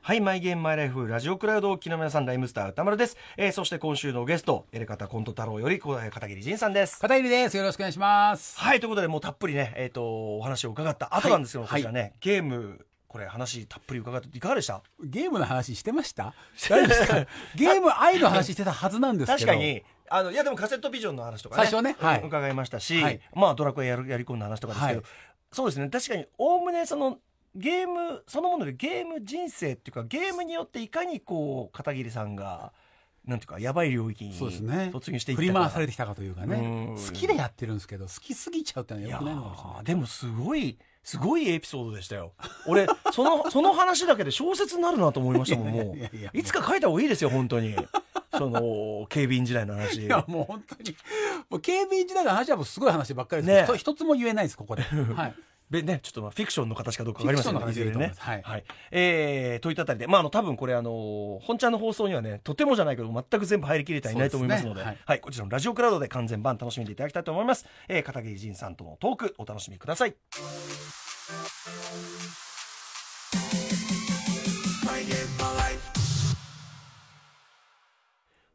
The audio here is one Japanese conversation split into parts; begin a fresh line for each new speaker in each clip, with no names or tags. はい、マイゲームマイライフ、ラジオクラウドをお聞きの皆さん、ライムスター歌丸です。えー、そして今週のゲスト、エレカタコント太郎より、小片桐仁さんです。
片桐です。よろしくお願いします。
はい、ということで、もうたっぷりね、えっ、と、お話を伺った後なんですけども、
はい
こちらね、ゲーム、これ話たっぷり伺って、いかがでした
ゲームの話して ました？大丈夫ですか？ゲーム愛の話してたはずなんですけ
確
ど。
か。に、あの、いやでもカセットビジョンの話とかね、
最初はねはい
伺いましたし、
はい
まあドラクエやるやり込んだ話とかですけど、
は
そうですね、確かに、おおむねその、ゲームそのものでゲーム人生っていうかゲームによっていかにこう片桐さんがなんていうかやばい領域に
そうですね。
突入していっ
振
た
り
か
回されてきたかというかね。
うん
好きでやってるんですけど、好きすぎちゃうってのは良くないのかもしれ
い
な
やー
い。
でもすごいすごいエピソードでしたよ俺その その話だけで小説になるなと思いましたもんも
いやいやいや
ういつか書いた方がいいですよ本当にその警備員時代の話
いやもう本当にもう警備員時代の話はもうすごい話ばっかりです
ね
けど、一つも言えないですこ こで。はい。
べね、ちょっとまあフィクションの形かどうかわかりません
フィクションの形でいいと思います
は
はいい
えーといったあたりで、まあ、あの多分これあの本ちゃんの放送にはねとてもじゃないけど全く全部入りきれてはいないと思いますので
そうですね
は
はいい、
こちらのラジオクラウドで完全版楽しんでいただきたいと思います、えー、片桐仁さんとのトークお楽しみください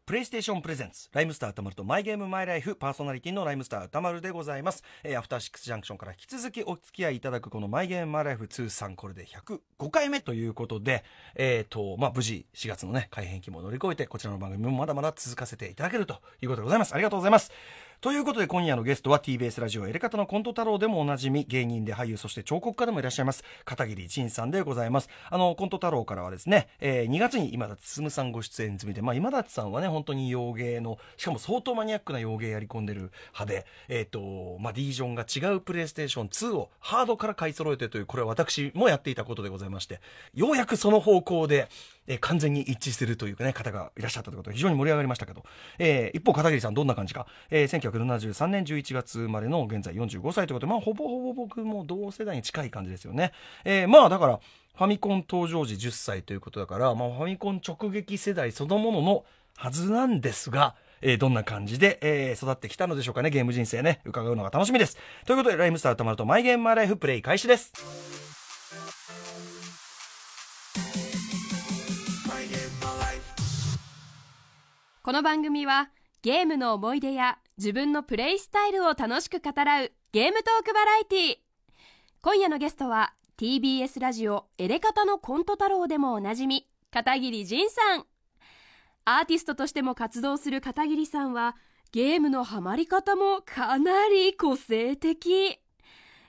プレイステーションプレゼンツライムスター歌丸とマイゲームマイライフパーソナリティのライムスター歌丸でございます、えーアフターシックスジャンクションから引き続きお付き合いいただくこのマイゲームマイライフ通算これで105回目ということでえーとまあ無事4月のね改変期も乗り越えてこちらの番組もまだまだ続かせていただけるということでございますありがとうございますということで今夜のゲストは TBS ラジオエレカタのコント太郎でもおなじみ芸人で俳優そして彫刻家でもいらっしゃいます片桐仁さんでございますあのコント太郎からはですね、えー2月に今立進さんご出演済みで、まあ、今立さんはね本当に洋芸のしかも相当マニアックな洋芸やり込んでる派でえっ、とまあリージョンが違うプレイステーション2をハードから買い揃えてというこれは私もやっていたことでございましてようやくその方向で、えー完全に一致してるというかね方がいらっしゃったということで非常に盛り上がりましたけど、えー一方片桐さんどんな感じか、えー1973年11月生まれの現在45歳ということで、まあ、ほぼほぼ僕も同世代に近い感じですよね、えーまあだからファミコン登場時10歳ということだから、まあ、ファミコン直撃世代そのもののはずなんですが、えーどんな感じで、えー育ってきたのでしょうかねゲーム人生ね伺うのが楽しみですということでライムスターたまるとマイゲームマイライフプレイ開始です
この番組はゲームの思い出や自分のプレイスタイルを楽しく語らうゲームトークバラエティ今夜のゲストは TBS ラジオ「エレカタのコント太郎」でもおなじみ片桐仁さんアーティストとしても活動する片桐さんはゲームのハマり方もかなり個性的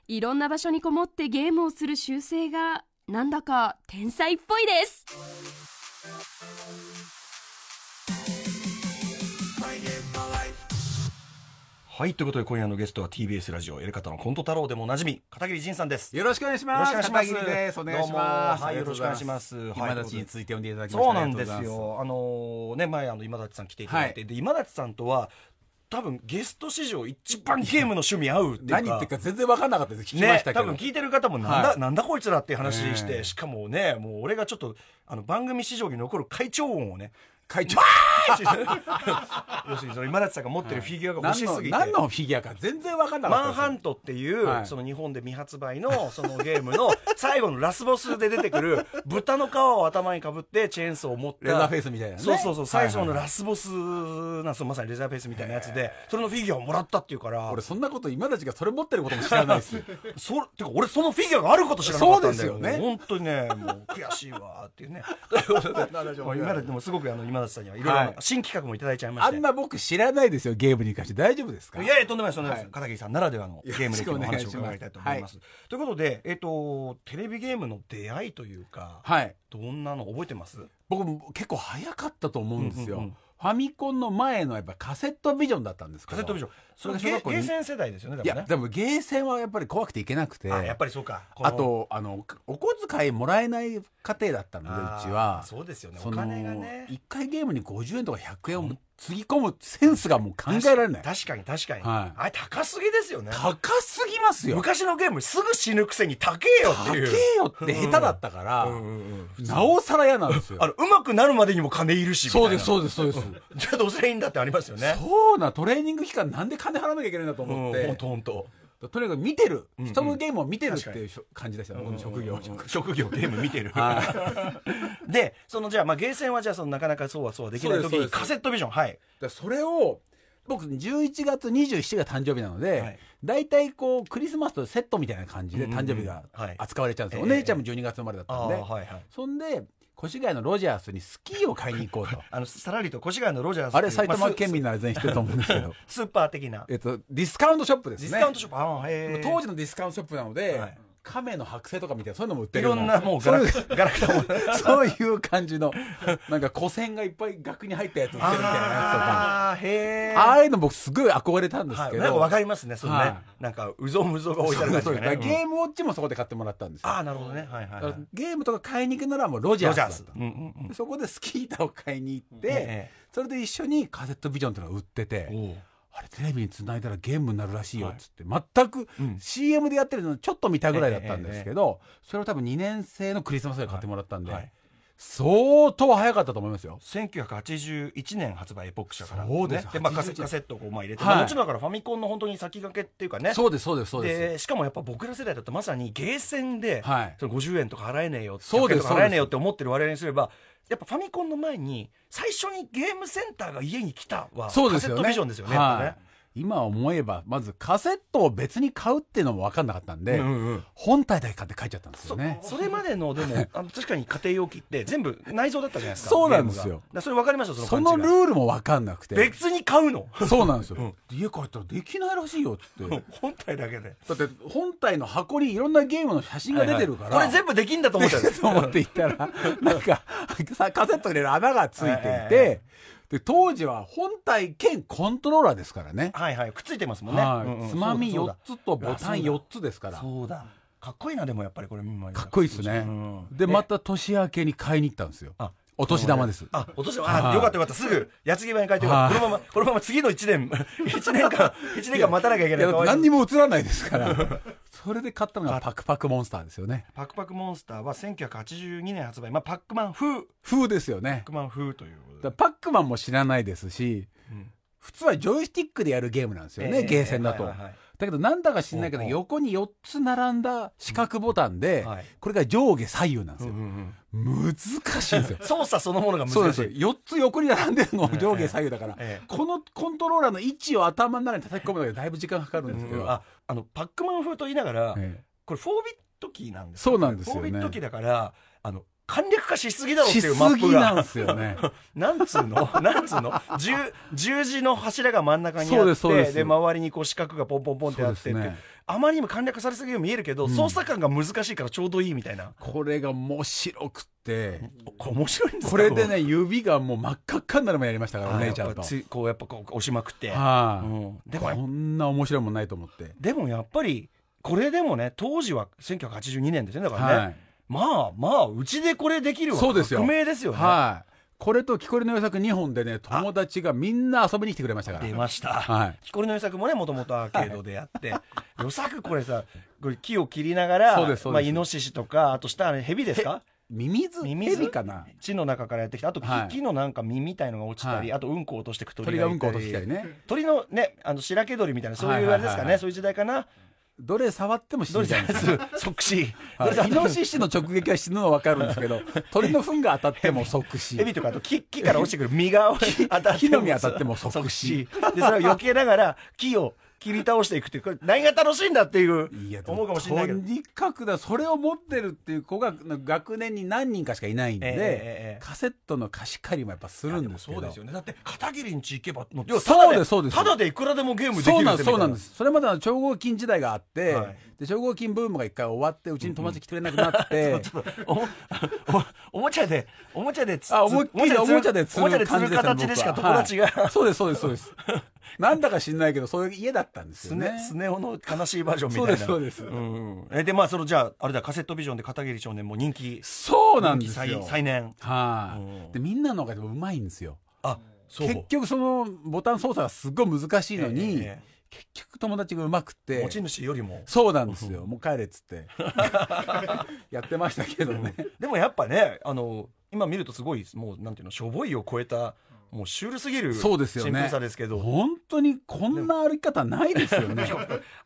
いろんな場所にこもってゲームをする習性がなんだか天才っぽいです
はいということで今夜のゲストは TBS ラジオやり方のコント太郎でもおなじみ片桐仁さんです
よろしくお願いし
よろ
ま
しく
す。
お願いします
片桐です。お願
ど
いします。
うもはい
ありがとう
よろ
ござ
しくお願いします
今立ちについて読んでいただきまして
そうなんです
ありがとうございま
よあのーね前あの今立さん来ていただいて、で今立さんとは多分ゲスト史上一番ゲームの趣味合うっていうか
何言ってるか全然分かんなかったです。聞きま
ね
し、たけ
多
ど。
分聞いてる方もなんだ、
はい
なんだこいつらっていう話して、
ええ
しかもねもう俺がちょっとあの番組史上に残る会長音をね
会長。
要するにその今立さんが持ってるフィギュアが欲
何
し
の
すぎて、
何のフィギュアか全然分かんなかった
マン
です。
ハントっていう、
はい
その日本で未発売の そのゲームの最後のラスボスで出てくる豚の皮を頭にかぶってチェーンソーを持った
レザーフェイスみたいなね
そうそうそう最初
はい
の
はい
ラスボスなんそうまさにレザーフェイスみたいなやつでそれのフィギュアをもらったっていうから
俺そんなこと今たちがそれ持ってることも知らない ですよ
そてか俺そのフィギュアがあること知らなかったんだよ
そうですよね
もう本当にねもう悔しいわっていう ねということでもう今だでもすごくあの今田さんにはいろいろ
はい
な新企画もいただいちゃいまし
あ
て、
んな僕知らないですよゲームに関して大丈夫ですか
いやいや、とんでもないです、とんでもないです。
はい
片桐さんならではのゲーム歴のお話を伺いたいと思います。ということで、えっ、と、テレビゲームの出会いというか、
はい
どんなの覚えてます
僕も結構早かったと思うんですよ、
うんうんうん
ファミコンの前のやっぱカセットビジョンだったんですけ
カ
ど
セットビジョン。それ
それ
ゲ
が小学
ー
校
ゲ
に
ーセン世代ですよね、
い
でも
や
ね。
でもゲーセンはやっぱり怖くていけなくて
あやっぱりそうか。この
あ、とあのお小遣いもらえない家庭だったので
あ
う
ー
ちは
そうですよね、お
その
金がね。
一回ゲームに50円とか100円をつぎ込むセンスがもう考えられない
確かに確かに。
はい
あれ、高すぎですよね。
高すぎますよ
昔のゲームすぐ死ぬくせに高えよって
高え
いう。
よって下手だったから、
うんうんうん
なおさら嫌なんですよ
あの、うまくなるまでにも金いるし、みたい
そ
な
うですそうですそうです、
じゃあどうすりゃいいんだってありますよね。
そうなトレーニング期間なんで金払わなきゃいけないんだと
うん
思っ
ほ
て
んとほんと。
とにかく見てる
うんうん
人のゲームを見てるって
確
いう感じでしたね、この職業
うん職業ゲーム見てる
は
でそのじゃあ、まあ、ゲーセンはじゃあそのなかなかそうはそうはできない
そ
時
うですそうで
に
す
カセットビジョンはい
いでそれを僕11月27が誕生日なの
は
で
い
大体、こうクリスマスとセットみたいな感じで誕生日が
うんうんはい
扱われちゃうんですよ、
ええ
お姉ちゃんも12月生まれだった
あ
ん
あ
で、
はいはい
そんで越谷のロジャースにスキーを買い に行こうと
あのさらりと越谷のロジャース
あれ埼
まあ
玉
ス
県民なら全員知ってると思うんです けど
スーパー的な
えっとディスカウントショップです
ディ
ね
スカウントショップああへえ
当時のディスカウントショップなので、
はい
亀の剥製とかみたいなそういうのも売って
い
るよ
ろ
うん
なもうガ
そう
ラ
いう
クガラクタ も
そういう感じの、なんか古銭がいっぱい額に入ったやつ売ってるみたいなや
ああへ
つ
え
とか。ああいうの僕すごい憧れたんです
は
け
い、
ど。
なんかわかりますね、そのね、
は
なんかうぞうむぞうが置いてある
そ
感
うそ
じ
うだ
が
から
ね。
ゲ
うん
ームウォッチもそこで買ってもらったんですよ。
ああ、なるほどね、はいはい、
だ
は
か
い
ら。ゲームとか買いに行くならもうロジャ
ロジャー
ース
ス
だと。。
うんうん
そこでスキー板を買いに行って、
ええ
それで一緒にカセットビジョンっていうのが売って
うん。
て、
おう
あれテレビに繋いだらゲームになるらしいよっつって、全く
うん
CM でやってるのちょっと見たぐらいだったんですけど、それを多分2年生のクリスマスで買ってもらったんで、
はい
相当早かったと思いますよ。
1981年発売エポック社から、
そうです
ね、で、まあ、
81
カセカセットをこうまあ入れて、
はい
まあもちろんだからファミコンの本当に先駆けっていうかね
そうです、そうです、そうです。
でしかもやっぱ僕ら世代だとまさにゲーセンで、
はい
その50円とか払えねえよ
そうです
100円とか払えねえよって思ってる我々にすればやっぱファミコンの前に最初にゲームセンターが家に来たは
そうです
カセ
よ
ッ
ね。
トビジョンですよね,、
はい
やっ
今思えば、まずカセットを別に買うっていうのも分かんなかったん
ぱ
で、
ねうんうんうん
本体だけ買って帰っちゃったんですよ
そ
ね。
それまでので もあの確かに家庭用機って全部内蔵だったじゃないですか
そうなんですよ
ゲームがだからそれ分かりましたその
そ
感
の
じ
ル
が
ールも分かんなくて。
別に買うの
そうなんですよ。家帰ったらできないらしいよっつって。
本体だけで
だって本体の箱にいろんなゲームの写真が出てるから。
これ全部できんだと思ったんです
と思って行ったら、なんか、さカセット入れる穴がついてい
はいはいはい
て、で、当時は本体兼コントローラーですからね。
はいはいくっついてますもんね、
はい
うんうん
つまみ
そう
4
だ
つとボタン4つですから。
そうだかっこいいなでもやっぱりこれ見
かっこいいですね、でまた年明けに買いに行ったんですよ
あ
お年玉です
あ、お年
は
玉、あ、
い
よかったよかった。すぐ、矢継ぎ早に帰ってよかった。
はい
このまま、このまま次の1年、1年 間、一年間待たなきゃいけ
い
ない。
や
かわいそう
何にも映らないですから それで買ったのがパクパクモンスターですよね
パクパクモンスターは1982年発売。まあ、パックマン風、パ
風ですよね
ックマン風ということ
だ
で。
パックマンも知らないですし、
ん
普通はジョイスティックでやるゲームなんですよね、
ええ
ゲーセンだと、
はいはいはい
だけどなんだか知んないけ
う
ど
んうん
横に4つ並んだ四角ボタンで、
はい
これが上下左右なんです
うん
よ
う、ん
難しいんですよ
うん操作 そのものが
そう
難
で
し
す
い。
4つ横に並んでるのを上下左右だから、
ええ
このコントローラーの位置を頭の中に叩き込むのがだいぶ時間かかるんですけ
う
ど、
んあ、あの、パックマン風と言いながら、
ええ
これ4ビットキーなんです
そうなんですよね
4ビットキーだから、あの、簡略化しすぎだろって
し
いうマ
す
ッ
ぎ
プ
なん
が
で。すよ ね
なんつう のなんつうの十、十字の柱が真ん中に
そう
あ
で
っ
すそうで
て、
す
で、周りにこう四角がポンポンポンってあってって、
そうですね
あまりにも簡略化されすぎるように見えるけど、操作感が難しいからちょうどいいみたいな。
これが面白くて
これ面白いんですか
これで、ね指がもう真っ赤っかになるまでやりましたか
あ
らお姉ちゃん
やっぱ
と
ついこう、やっぱこう押しまくって。
は
う
い、
ん、でもやっぱ、
こんな面白いもんないと思って、
でもやっぱり、これでもね、当時は1982年ですね、だからね。
はい
まあまあ、うちでこれできるわ。
そうですよ
革命ですよね。
はいこれと「木こりの予作」2本でね友達がみんな遊びに来てくれましたから
出ました。
はい
木こりの予作もね、もともとアーケードでやって、予作これさ、これ木を切りながら、
そうですそう
まあ、
です
イノシシとか、あと下、あれ、蛇ですか
ミミズ
ミミズ
蛇かな
地の中からやってきた。あと木、
はい
木のなんか実みたいのが落ちたり、
は
あとうんこ落としてく鳥
鳥
が
が
いたり
うんこ落としてきたりね
鳥のね、あの、白毛鳥みたいな、そういうあ
はいはいはいはい
れですかね、そういう時代かな。
どれ触っても死
ど
ん
れ
じ
じゃ
ゃうん
な
です
いです即死。どれじゃ
はいイノシシの直撃は死ぬのは分かるんです けど鳥の糞が当たっても即死
蛇とかあと木木から落ちてくる実が当たって
木
も
の実当たっても即死
でそれを避けながら木を切り倒していくっていうこれ何が楽しいんだっていう
いやで
思うかもしれないけど
とにかくだそれを持ってるっていう子が学年に何人かしかいないんで、
ええええええ
カセットの貸し借りもやっぱするんですけど
そうですよねだって片桐んち行けばもう
そうですそうです
ただでいくらでもゲームできる
そうなんです
ぜ
そうなんですそれまでの超合金時代があって、
はい
で超合金ブームが一回終わってうちに友達来てくれなく なって、
みたいなちょっとおもおお もちゃでおもちゃでつ
あ思いっきりおもちゃで
つ
釣
おもちゃ
る
で釣
感
る
じでし
形でしか
たね僕
友
は
達が、
はいそうですそうですそうですなんだか知んないけどそういう家だったんです
ス
よ
ネ
ね
スネ夫の悲しいバージョンみた
そ
いうな
ですそうで
う
す、
んうんえでまあそのじゃああれだカセットビジョンで片桐少年も人気
そうなんです
人
よ
気最最年
はい、
うん
でみんなの方がでもうまいんですよ
あそう
結局そのボタン操作がすっごい難しいのに、
ええ
結局友達がうまくて
持ち主よりも
そうなんですよもう帰れっつって やってましたけどね、
でもやっぱねあの今見るとすごいもうなんていうのしょぼいを超えたもうシュールすぎる
そうですよね
シンプルさですけど
本当にこんな歩き方ないですよね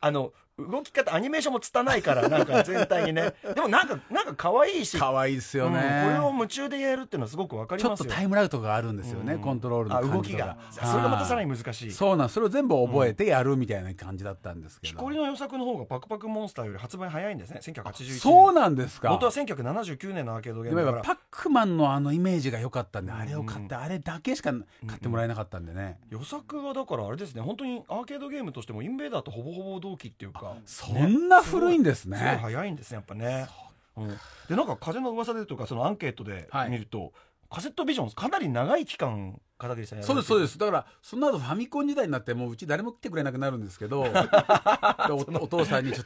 あの動き方アニメーションも拙いからなんか全体に ねでもなんかなんか 可愛いし
可愛いですよね、
うんこれを夢中でやるっていうのはすごくわかり
ちょ
ま
っ
す
と
よ
タイムラグとかがあるんですよね、
うん
コントロールの
あ
感じ
動き
とか
が
はい
それがまたさらに難しい
そうなんそれを全部覚えてやるみたいな感じだったんですけ
木
ど、
こりの予作の方がパクパクモンスターより発売早いんですね1981年
そうなんですか
元は1979年のアーケードゲ
で
ー
も
ムだ
やっ
か
ぱ
ら
パックマンのあのイメージが良かったんで、
うん
あれを買ってあれだけしか買ってもらえなかったんでね、
予作はだからあれですね本当にアーケードゲームとしてもインベーダーとほぼほぼ同期っていうか
そんな古いんです
すごい
ね
早いんですねやっぱね、うんでなんか風の噂でとかそのアンケートで
はい
見ると、カセットビジョンかなり長い期間片桐さんやられて
そうですそうですすだからその後ファミコン時代になってもううち誰も来てくれなくなるんで すけどでおお父さんにちょ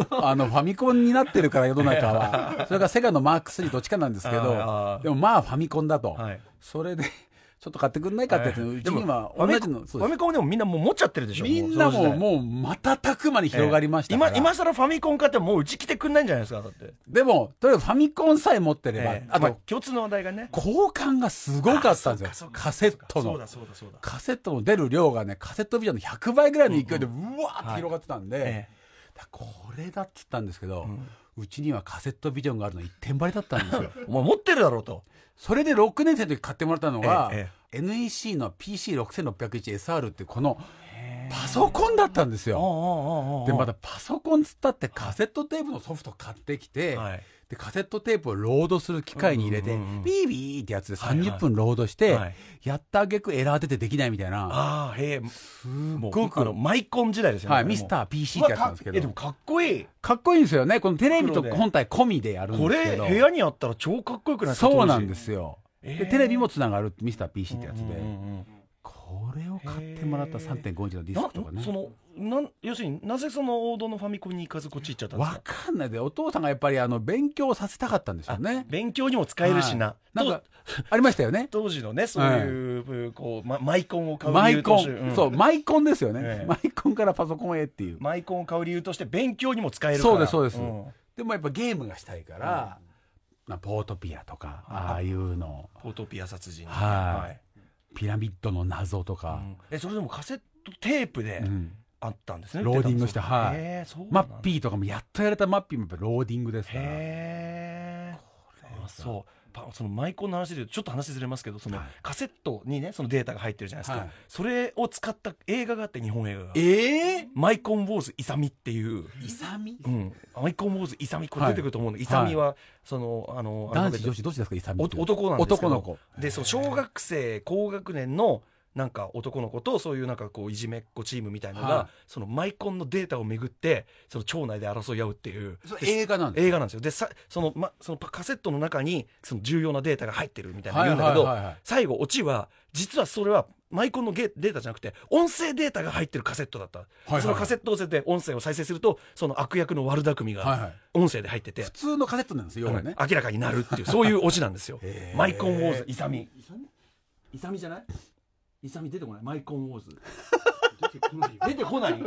っとあのファミコンになってるから世の中はそれがセガのマーク3どっちかなんですけどで
も
もまあファミコンだと、
はい
それでちょっと買ってくんないかって言ってうちには
ファ
同
ミ
じの
フ
そう
ァ
で
ミコンでもみんなもう持っちゃってるですしょ
みんな
その時
も
代
もう瞬く間に広がりましたから、
ええ今今更ファミコン買ってももううち来てくんないんじゃないですかだって、
でもとりあえずファミコンさえ持ってれば、
ええ
あ
まあ
と
共通の話題がね
交換がすごかったん
あ
です
そう
よ
か
カセット
そう
の
だそうだそうだ
カセットの出る量がねカセットビジョンの100倍ぐらいの勢いでうわーって広がってたんで、
え
だこれだっつったんですけど、
え
う
うん
ちにはカセットビジョンがあるの一点張りだったんで すよ
お前持ってるだろうと
それで6年生の時買ってもらったのが、
え
NEC の PC6601SR っていうこのパソコンだったんですよでま
だ
たパソコンつったってカセットテープのソフト買ってきて、
はい
でカセットテープをロードする機械に入れて、
うんうんうんうん
ビービーってやつで
はいはい
30分ロードして、
はい
やったあげくエラー出てできないみたいな、
ああへえす
ごく
あのマイコン時代ですよね
はい、ミス
ー
ター PC ってやつなんですけ
えでも
ど
かっこいい
かっこいいんですよねこのテレビと
黒で
本体込みでやるん
こ
ですけ
れ
ど
部屋にあったら超かっこよくないですか
そうなんで
当
すよ、
時え
で
え
テレビもつながるミスター PC ってやつで、
うんうんうん
これを買ってもらった
へえ
3.5インチのディス
な
クとかね
そのなん要するになぜその王道のファミコンに行かずこっち行っちゃったんです
わ
か
かんないでお父さんがやっぱりあの勉強させたかったんでしょうね
勉強にも使えるしな,と、
なんかありましたよね
当時のねそういう、こうまマイコンを買う
マ
理
イ
由と
コ
して、
ン、
ん
そう、マイコンですよね、
ええ
マイコンからパソコンへっていう。
マイコンを買う理由として勉強にも使えるから
そうですそうです
ん
でもやっぱゲームがしたいから、まあ、ポートピアとか、ああいうの、
ポートピア殺人
はいピラミッドの謎と
う
か、
んえそれでもカセットテープで
うん
あったんですね、
ローディングして
売ってたんですね
は
へえそう
マ
なんだ
ッピーとかもやっとやれたマッピーもやっぱローディングですから。
へえあそうパそのマイコンの話で言うとちょっと話ずれますけどその、
はい
カセットにねそのデータが入ってるじゃないですか、
はい
それを使った映画があって日本映画が
ええ
マイコンウォーズイサミっていう、
ー、イサミ
うん、マイコンウォーズイサミこれ出てくると思うんで、イサミはそのあの
男子女
子
子どっちですかイサミって
男なんですけど
男の子
でそう小学生高学年のなんか男の子とそういうなんかこういじめっ子チームみたいなのが、
はい
そのマイコンのデータをめぐってその町内で争い合うっていう
それ
で
映画なんです
映画なんですよでさその,、ま、そのパカセットの中にその重要なデータが入ってるみたいな
は
言うん
い
だ
は
け
い
ど、
はいはい
最後オチは実はそれはマイコンのゲデータじゃなくて音声データが入ってるカセットだった、
いはい
そのカセットを捨てて音声を再生するとその悪役の悪巧み
はいは
が
い
音声で入ってて、
普通のカセットなんですよ要はね
明らかになるっていうそういうオチなん ですよ
へー
マイコンウォーズイサミイサミじゃないイサミ出てこないマイコンウォーズ出てこない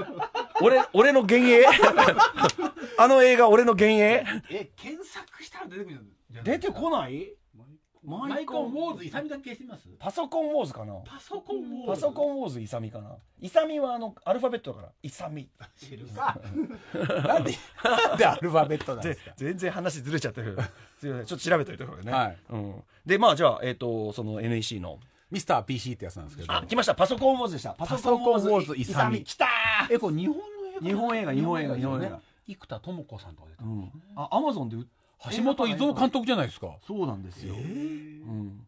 俺俺の幻影 あの映画俺の幻影
え検索したら出てくるじゃ
出てこない
マイコンウォーズイサ
ミ
ミだけしてます
パソコンウォーズかな
パソコンウォ
パソコンウォーズイサミかなイサミはあのアルファベットだからイサミ
なんで、なんでアルファベットなんで
です
か。
全然話ずれちゃって るすいませんちょっと調べといた方がね、
はい
うん、でまあじゃあえっ、とその NEC の
ミスター PC ってやつなんですけど。
あ来ましたパソコンウォーズでしたパ
ソコンウォーズ
イ
イ
サ
サ
ミ
ミ
来たー
え、これ日本の映
日本映画日本映画日本映画。
生田智子さんとか出てる
うんあアマゾンで売っ
橋本伊蔵監督じゃないですか。
そうなんですよ、うん、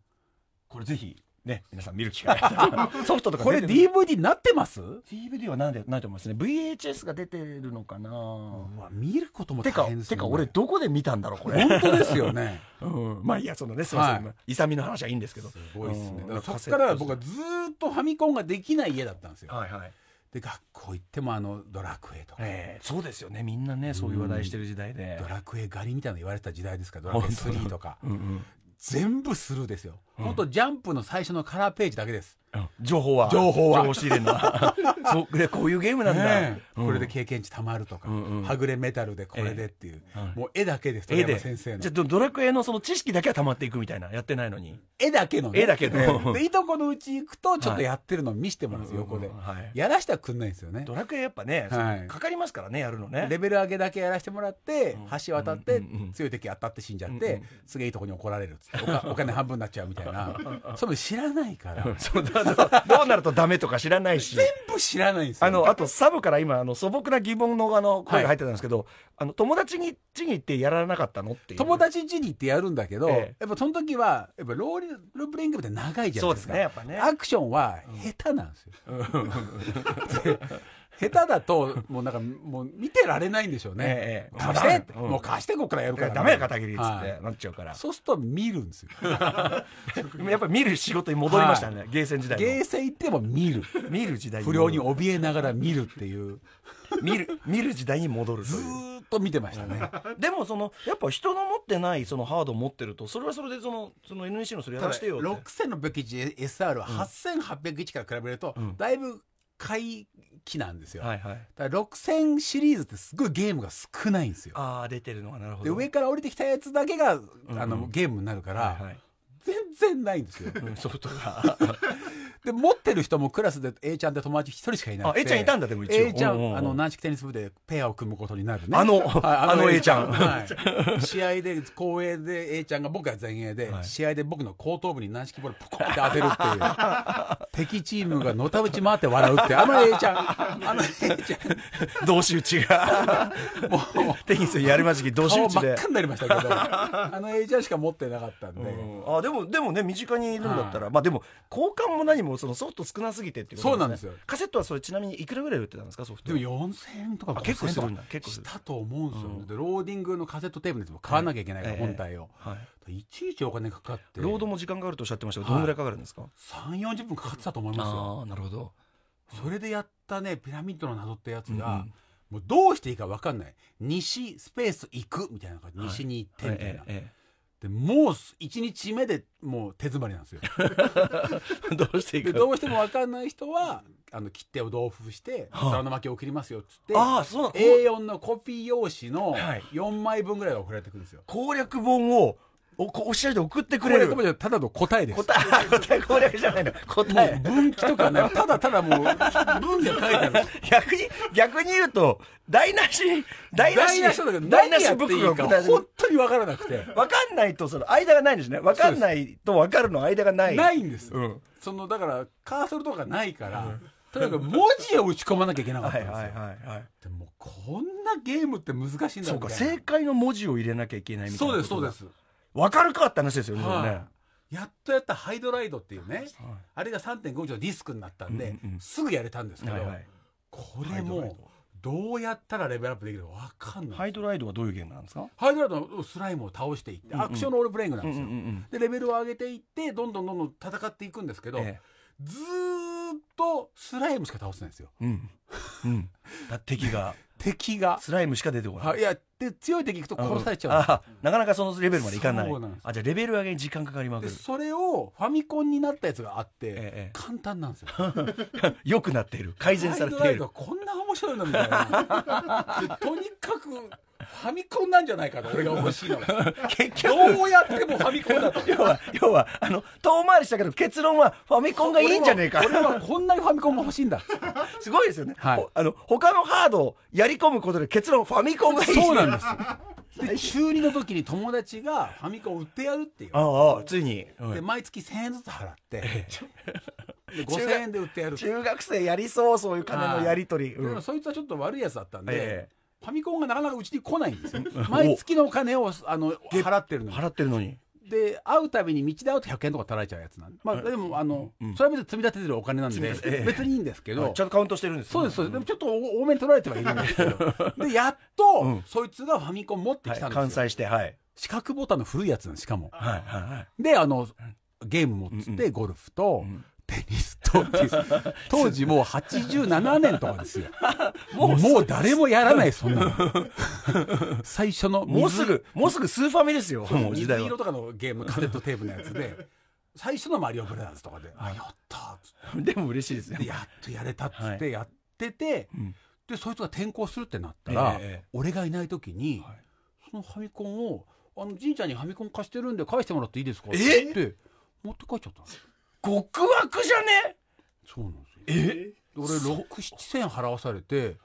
これぜひね皆さん見る機会 ソフトとか
これ
出てる
DVD になってますう
DVD はなんでないと思いますね VHS が出てるのかな、
わ、見ることも
て
大
か
変です
て
よ
か
ね
俺どこで見たんだろうこれ
本当ですよね。
うん、まあいいやそのねすいません、
はい
まあ勇みの話はいいんですけど
すごいですね。
うん
だからそっから僕はずーっとファミコンができない家だったんですよ。
はいはい、
で、学校行ってもあの、ドラクエとか。
ええそうですよねみんなねそういう話題してる時代で
ドラクエ狩りみたいなの言われてた時代ですからドラクエ3とか
うんうん
全部スルーですよ本当ジャンプの最初のカラーページだけで
う
す。
ん情報は
情報は
情報仕入れん なそうでこういうゲームなんだ、
ねえ
うん
これで経験値たまるとか、
うんうん
はぐれメタルでこれでっていう、
ええはい
もう絵だけです
絵で
鳥山先生の
じゃあドドラクエのその知識だけは溜まっていくみたいなやってないのに
絵だけの、
絵だけの
ええでいとこのうち行くとちょっとやってるの見せてもらうんですよ、横で
うんうんうんはい
やらしてはくんないんですよね
ドラクエやっぱね、
はい
そのかかりますからねやるのね
レベル上げだけやらしてもらって、橋渡って、
うんうんうん
強い敵当たって死んじゃって、
うんうん
すげえいいとこに怒られるっつっておかお金半分になっちゃうみたい なそれ知らないから
うんそうだだどうなるとダメとか知らない し
全部知らないんですよ
あのあとサブから今あの素朴な疑問のあの声が入ってたんですけど、あの友達に家に行ってやらなかったのっていう
友達家に行ってやるんだけど、
ええ
やっぱその時はやっぱロールロールプレイングゲームって長いじゃないです
そうです
か
ねやっぱね
アクションは下手なんですよ、で下手だともうなんかもう見てられないんでしょう
え
ね、
えええ
貸してって、
うん
もう貸してこっからやるから
ダメだ片桐っつって、
はい
なっちゃうから
そうすると見るんですよ
やっぱ見る仕事に戻りましたね、ゲーセン時代
ゲ
の
ーセン行っても見る
見る時代
不良に怯えながら見るっていう
見る見る時代に戻ると
ず
いう
ーっと見てましたね
でもそのやっぱ人の持ってないそのハードを持ってるとそれはそれでそのその NEC のそれや
た
ら
だ
してよって
6601 SR は8801から比べると、
うん
だいぶ回帰なんですよ、
はいはい
だから6000シリーズってすごいゲームが少ないんですよ
ああ出てるのがなるほ
で
ど
上から降りてきたやつだけが、あ
うんう
の
ん
ゲームになるから、
はいはい
全然ないんです よ
うん、ソフト が
で持ってる人もクラスで A ちゃんって友達一人しかいなくて
あ A ちゃんいたんだでも一応
A ちゃ
う
ん、
んうんうん
あの軟式テニス部でペアを組むことになるね
あの
はい
あの A ちゃん
はい、試合で後衛で A ちゃんが僕が前衛で、
はい
試合で僕の後頭部に軟式ボールポコンって当てるっていう 敵チームがのたうち回って笑うってあの A ちゃんあの A ち
同士打ちが
ゃんもう
テニスやるまじき同士
顔
打ち
真っ
で
赤になりましたけど あの A ちゃんしか持ってなかったんで、
うんあでもでもね身近にいるんだったら、まあでも交換も何もそのソフト少なすぎてっていうこと
そうなんですよ
カセットはそれちなみにいくらぐらい売ってたんですかソフト
でも4000円とか
あ結構
5000円
す
とか
るんだ結構す
し
る
たと思うんですよ、でローディングのカセットテープのやつも買わなきゃいけないから、
ええ
本体を、
はい
いちいちお金かかって
ロードも時間があるとおっしゃってましたがどのぐらいかかるんですか、
3 4 0分かかってたと思いますよ
あなるほど
それでやったねピラミッドの謎ってやつ
うん
が、
うん
もうどうしていいか分かんない西スペース行くみたいな感じ、
はい
西に行ってみたいな
え、えええ
でもう1日目でもう手詰まりなんですよ
どうしてい
で
く
どうしても分かんない人はあの切手を同封して
はい
皿の巻きを送りますよっつって、
ああそうなん
A4 のコピー用紙の
はい
4枚分ぐらいが送られてくるんですよ。
攻略本をおこおっしゃるで送ってくれる
これでもただの答えです。
答え 答え攻略じゃないの答え
もう分岐と かね、ただただもう、文が書いてある。
逆に逆に言うと台無し台無し
台無しだけど
台無
何や
し
って
ブ
い
ッ
い
クが
か、本当に分からなくて。
分かんないとその間がないんですね分かんないと分かるの間がない
ないんです。
うん
その、だから、カーソルとかないから、とにかく文字を打ち込まなきゃいけなかっ
は
たん
い
ですよ。
はいはいはい
でも、こんなゲームって難しいんだ
そう
み
か
たいな
正解の文字を入れなきゃいけないみたいな
そうです、そうですす。
分かるかって話ですよねそれね
はいやっとやったハイドライドっていうね、あれが3.5インチのディスクになったんで、
うんうん
すぐやれたんですけど、
はいはい
これもどうやったらレベルアップできるか分かんない、
ハイドライドはどういうゲームなんですか
ハイドライドのスライムを倒していって、アクションロールプレイングなんですよ、
うんうんうん
でレベルを上げていってどんどんどんどん戦っていくんですけど、
ええ
ずーっとスライムしか倒せないんですよ
うんうんだ敵が
敵が、
スライムしか出てこない
はい、いやで強い敵いくと殺されちゃうんです
あ
よ
あなかなかそのレベルまでいかない
そうなんです
あじゃあレベル上げに時間かかりまく
で
る
それをファミコンになったやつがあって、
ええ
簡単なんですよ
良くなっている改善され ている
ハイドライドはこんな面白いのみたいな とにかくファミコンなんじゃないかと俺が欲しいの は
結局
どうやってもファミコンだと
要は要はあの遠回りしたけど結論はファミコンがいいんじゃねえか
俺は俺はこんなにファミコンも欲しいんだ
すごいですよね、
はい
ほあの他のハードをやり込むことで結論ファミコンがいい
そうなん ですで中2の時に友達がファミコン売ってやるっていう
ああああついに、うん
で毎月1000円ずつ払ってで5000円で売ってやるっていう
中学生やりそうそういう金のやり取り、
で
うん
もそいつはちょっと悪いやつだったんで、
ええ
ファミコンがなかなかうちに来ないんですよ毎月のお金をあの払ってるのに
払ってるのに
で会うたびに道で会うと100円とか取られちゃうやつなんで、まあ、でもあの、それは別に積み立ててるお金なんで
積み立てええ
別にいいんですけ
あ
ど
ちゃんとカウントしてるんですね
そうですそうですでもちょっと多めに取られてはいるんです けどでやっと、
ん
そいつがファミコン持って
は
き
い
たんですよ、
完済してはい
四角ボタンの古いやつなんですしかも
はいはいはい
であのゲームもっつってゴルフと、テニスとっていう 当時もう87年とかですよもう誰もやらないそんなの 最初の水
もうすぐもうすぐスーファミですよもう時
水
代
色
は
とかのゲームカセットテープのやつで最初のマリオブラザーズとかで、あ、やったーっつ
でも嬉しいです
って、
ね。
やっとやれたっつっ
は
てやってて、
うん
で、そいつが転校するってなったら、
ええええ
俺がいない時に、
はい
そのファミコンを、あの、じいちゃんにファミコン貸してるんで返してもらっていいですかって
え
言って、持って帰っちゃったんですよ。
極悪じゃね
そうなんですよ。
え
で俺、6、7千払わされて、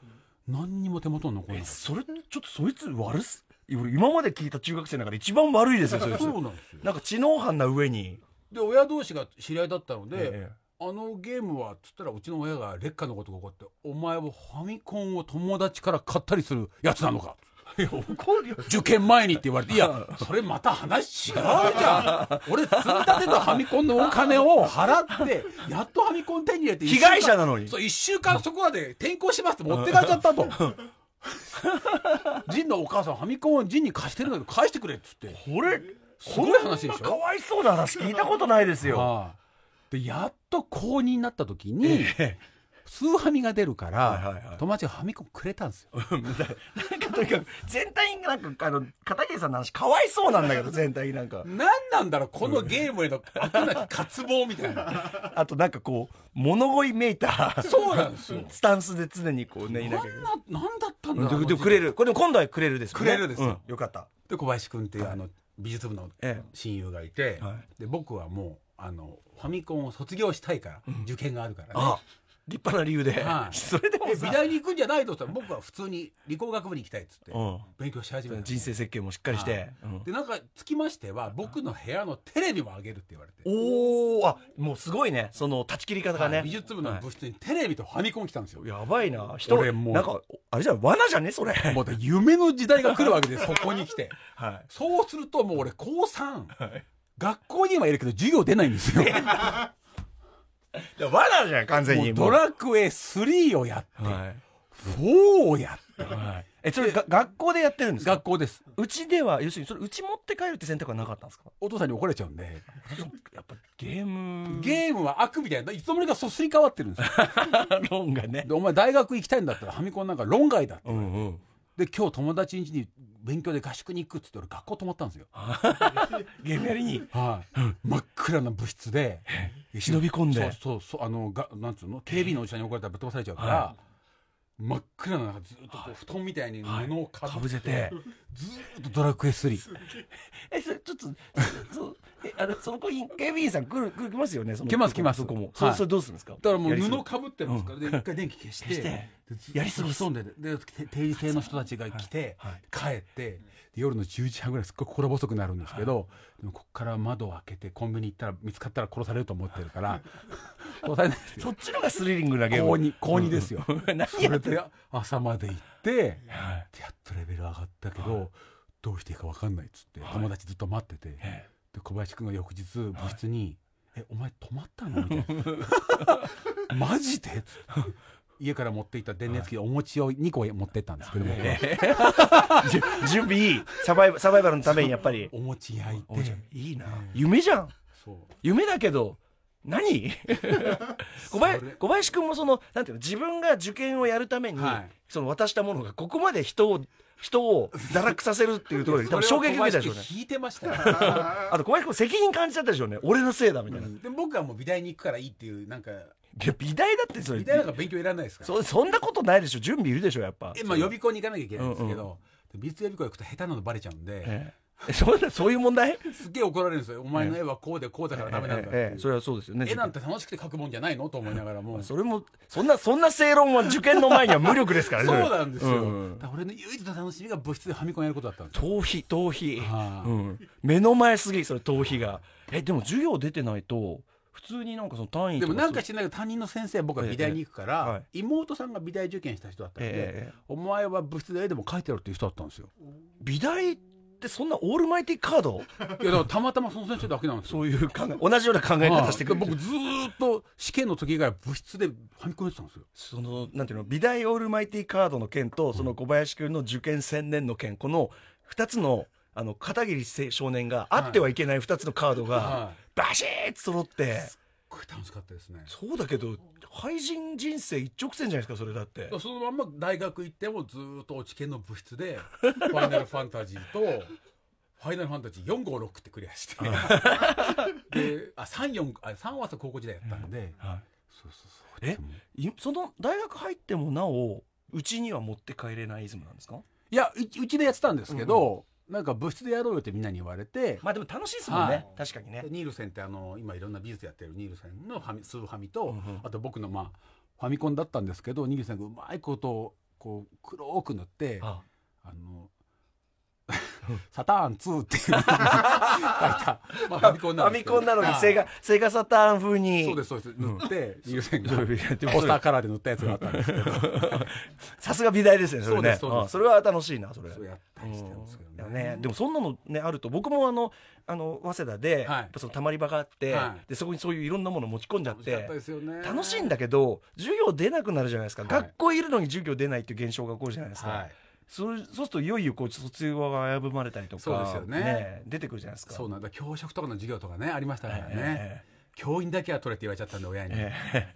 何にも手元に残らな
え
い。
それちょっとそいつ悪す俺今まで聞いた中学生の中で一番悪いですよそいつ
そうなんですよ。
なんか知能犯な上に
で親同士が知り合いだったので、
え
あのゲームはっつったらうちの親が劣化のことが起こってお前はファミコンを友達から買ったりするやつなのか
えいや怒るよ
受験前にって言われてい やそれまた話違うじゃん俺積み立てたファミコンのお金を払ってやっとファミコン手に入れて
被害者
の
なのに
そう1週間そこまで転校しますって持ってかれちゃっ たとジンのお母さんファミコンをジンに貸してるんだけど返してくれっつって
これ
すごい話でしょ
かわいそうな話聞いたことないですよ
はいでやっと高2になった時に、
え
スーハミが出るから、
はいはいはい
友達がファミコンくれたんですよ。
うん なんかとにかく全体になんかあの片桐さんの話かわいそうなんだけど全体になんか
何なんだろうこのゲームへ の飽くなき渇望みた いな。
あとなんかこう物乞いめいた
そうなんですよ。
スタンスで常にこうねいなきゃいけない
何な、何だったんだろ
で
う。
でくれるこれでも今度はくれるですよね
くれるですよ
うんよかった
で、小林君っていうあの、美術部の
ええ
親友がいて、
はい
で、僕はもう、あの、ファミコンを卒業したいから、受験があるからね。
あ立派な理由で、
は い
それでも
え
さ
美大に行くんじゃないとって言ったら僕は普通に理工学部に行きたいっつって、
うん
勉強し始めた
人生設計もしっかりして、うん
でなんかつきましては僕の部屋のテレビもあげるって言われて
おおあもうすごいねその断ち切り方がね、
はい美術部の部室にテレビとファミコン来たんですよ、
やばいな人
俺もう
なんかあれじゃん罠じゃねそれ
もうだ夢の時代が来るわけ ですそこに来て
はい
そうするともう俺高3、
はい
学校にはいるけど授業出ないんですよ
いや罠じゃん完全
も
に
うドラクエ3をやって、
もうはい
4をやって
はい、えそれが学校でやってるんですか
学校です
うちでは要するにそれうち持って帰るって選択はなかったん ですか
お父さんに怒られちゃうんで
やっぱゲーム
ゲームは悪みたいないつの間にかそすり変わってるんですよ
ー 論がね
でお前大学行きたいんだったらファミコンなんか論外だって
うんうん
で今日友達ん家に勉強で合宿に行くっつって俺学校泊まったんですよ
ゲームやりに
はい、真っ暗な部室で
忍び込んで
そうそうそうあのがなんつうの警備員のおじさんに怒られたらぶっ飛ばされちゃうから、
は
真っ暗な中ずっとこう布団みたいに布をか
かぶ
ぶって,、
せて
ずーっとドラクエ3
えそれちょっとそう えあのその子に警備員さん来る来来ますよねその
来ます来ます
そこも、
はい
そそれどうするんですかだ
だからもう布かぶってるんですから、で一回電気消して
消して
でずっと
やり過ごす
潜んでてでて定時制の人たちが来て、
はい
帰ってで夜の10時半ぐらいすっごい心細くなるんですけど、でもこっから窓を開けてコンビニ行ったら見つかったら殺されると思ってるから 殺されないですよ
そっちのがスリリングなゲー
高
ム
2高2です よ
何や
それで朝まで行って
はい
やっとレベル上がったけど、どうしていいか分かんないっつって、友達ずっと待ってて、
え
で小林君が翌日部室に「えお前泊まったの?」みたい な「 マジで?」家から持っていった電熱器でお餅を2個持ってったんですけども、
じゅ 準備いいサバイバサバイバルのためにやっぱり
お餅焼い
おじゃん
て
いいな夢じゃん
そう
夢だけど何 小林
それ
小林君もそのなんていうの自分が受験をやるために、
はい
その渡したものがここまで人を人を堕落させるっていうところに多分
そ
衝
れ
撃
を
受けた
小
でしょうね
林君引いてましたよ
あと小林君責任感じちゃったでしょうね俺のせいだみたいな、
で僕はもう美大に行くからいいっていうなんか
いや美大だってそれ
美大なんか勉強いらないですから
そそんなことないでしょ準備いるでしょやっぱ
え、まあ、予備校に行かなきゃいけないんですけど、で美術予備校行くと下手なのバレちゃうんで、
ええそんなそういう問題
すっげえ怒られるんですよお前の絵はこうでこうだから ダメなんだっていう、
ええそれはそうですよね
絵なんて楽しくて描くもんじゃないのと思いながらも。
それもそんなそんな正論は受験の前には無力ですからね
そう
れ
なんですよ。
う
だ
ん
から俺の唯一の楽しみが部室でファミコンやることだったんですよ。
逃避逃避、
はい
うん、目の前すぎそれ逃避がえでも授業出てないと普通になんかその単位
で
と
も
か
なんか
す
知らないけど担任の先生僕は美大に行くから、
ええはい
妹さんが美大受験した人だったんで、
ええ
お前は部室で絵でも描いてろっていう人だったんですよ。
美大ってそんなオールマイティカード
いやだからたまたまその先生だけなんですよ。
そういう考え同じような考え
はい
方してくる、
僕ずーっと試験の時以外は部室でファミコンやってたんですよ。
そのなんていうの美大オールマイティカードの件とその小林君の受験専念の件この2つのあの片桐青少年があってはいけない2つのカードが
はい
バシーッと揃って
これ楽しかったですね。
そうだけど廃人人生一直線じゃないですかそれだって
そのまんま大学行ってもずーっと知見の部室 で「ファイナルファンタジー」と「ファイナルファンタジー456」ってクリアしてであ34あ3は高校時代やったんで、
は
そうそうそう
え
でも
い、いその大学入ってもなおうちには持って帰れないイズムなんですか
いやうちうちでやってたんですけど、なんか部室でやろうよってみんなに言われて、
まあでも楽しいですもんね、
はい
確かにね
でニールセンってあの今いろんな美術やってるニールセンのファミスーファミと、
うんうん
あと僕のまあファミコンだったんですけどニールセンがうまいことをこう黒く塗ってあ
あ
のサターン2っていう書い た、まあ、ファミコン
フ
な
ァ
んです
ミ
けど
コンなのに
はい
セガセガサターン風に
そうですそうです塗って、ニールセンが
そう いうやってます
ポスターカラーで塗ったやつがあったん ですけど
さすが美大ですねそれね
そうですそう
あ
です
それは楽しいなそれ
そうやったりしてるんですけ
うんい
ど
や
ね
ね、でもそんなの、ね、あると僕もあのあの早稲田で、
はい
やっぱそのたまり場があって、
はい
でそこにそういういろんなもの持ち込んじゃっ
楽しか
て
ったですよね
楽しいんだけど授業出なくなるじゃないですか、
はい
学校いるのに授業出ないっていう現象が起こるじゃないですか、
はい
それそうするといよいよこう卒業が危ぶまれたりとか
そうですよね
出てくるじゃないですか
そうなんだ教職とかの授業とかねありましたからね、
え
教員だけは取れって言われちゃったんで親に、
ええ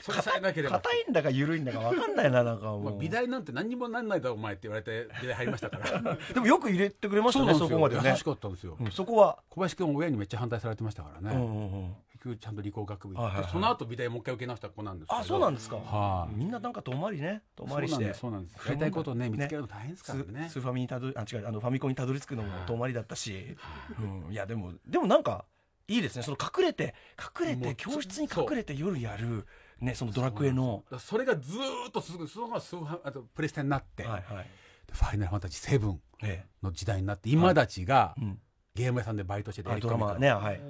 それさえなけ
え
れば
硬いんだか緩いんだか分かんないななんか
まあ
もう、
美大なんて何にもなんないだろお前って言われて美大入りましたから
でもよく入れてくれました ねそこまでね
優しかったんですよ、
うんそこは、
小林君親にめっちゃ反対されてましたからね、
うんうんうん
結局ちゃんと理工学部行って、
はいはいはい
その後美大もう一回受け直した子なんですけど
あそうなん
で
ですか、
はい
みんななんか遠回りね遠
す
回りして
そうなんですそうなんですやりたいことをね見つけるの大変です
ス
からね
スーファミにたどりあ違うあのファミコンにたどり着くのも
はい
遠回りだったし、うん、いやでもでもなんかいいですねその隠れて隠れ
も
て
う
教室に
そう
隠れて夜やるねそのドラクエの
だからそれがずーっと続くそのままスーファあとプレステになって、
はいはい
ファイナルファンタジー7
え
の時代になって今たちが
えうん
ゲーム屋さんでバイトしてて
あ
やり
ド
込
ラ
みか
マ
ら
ねはい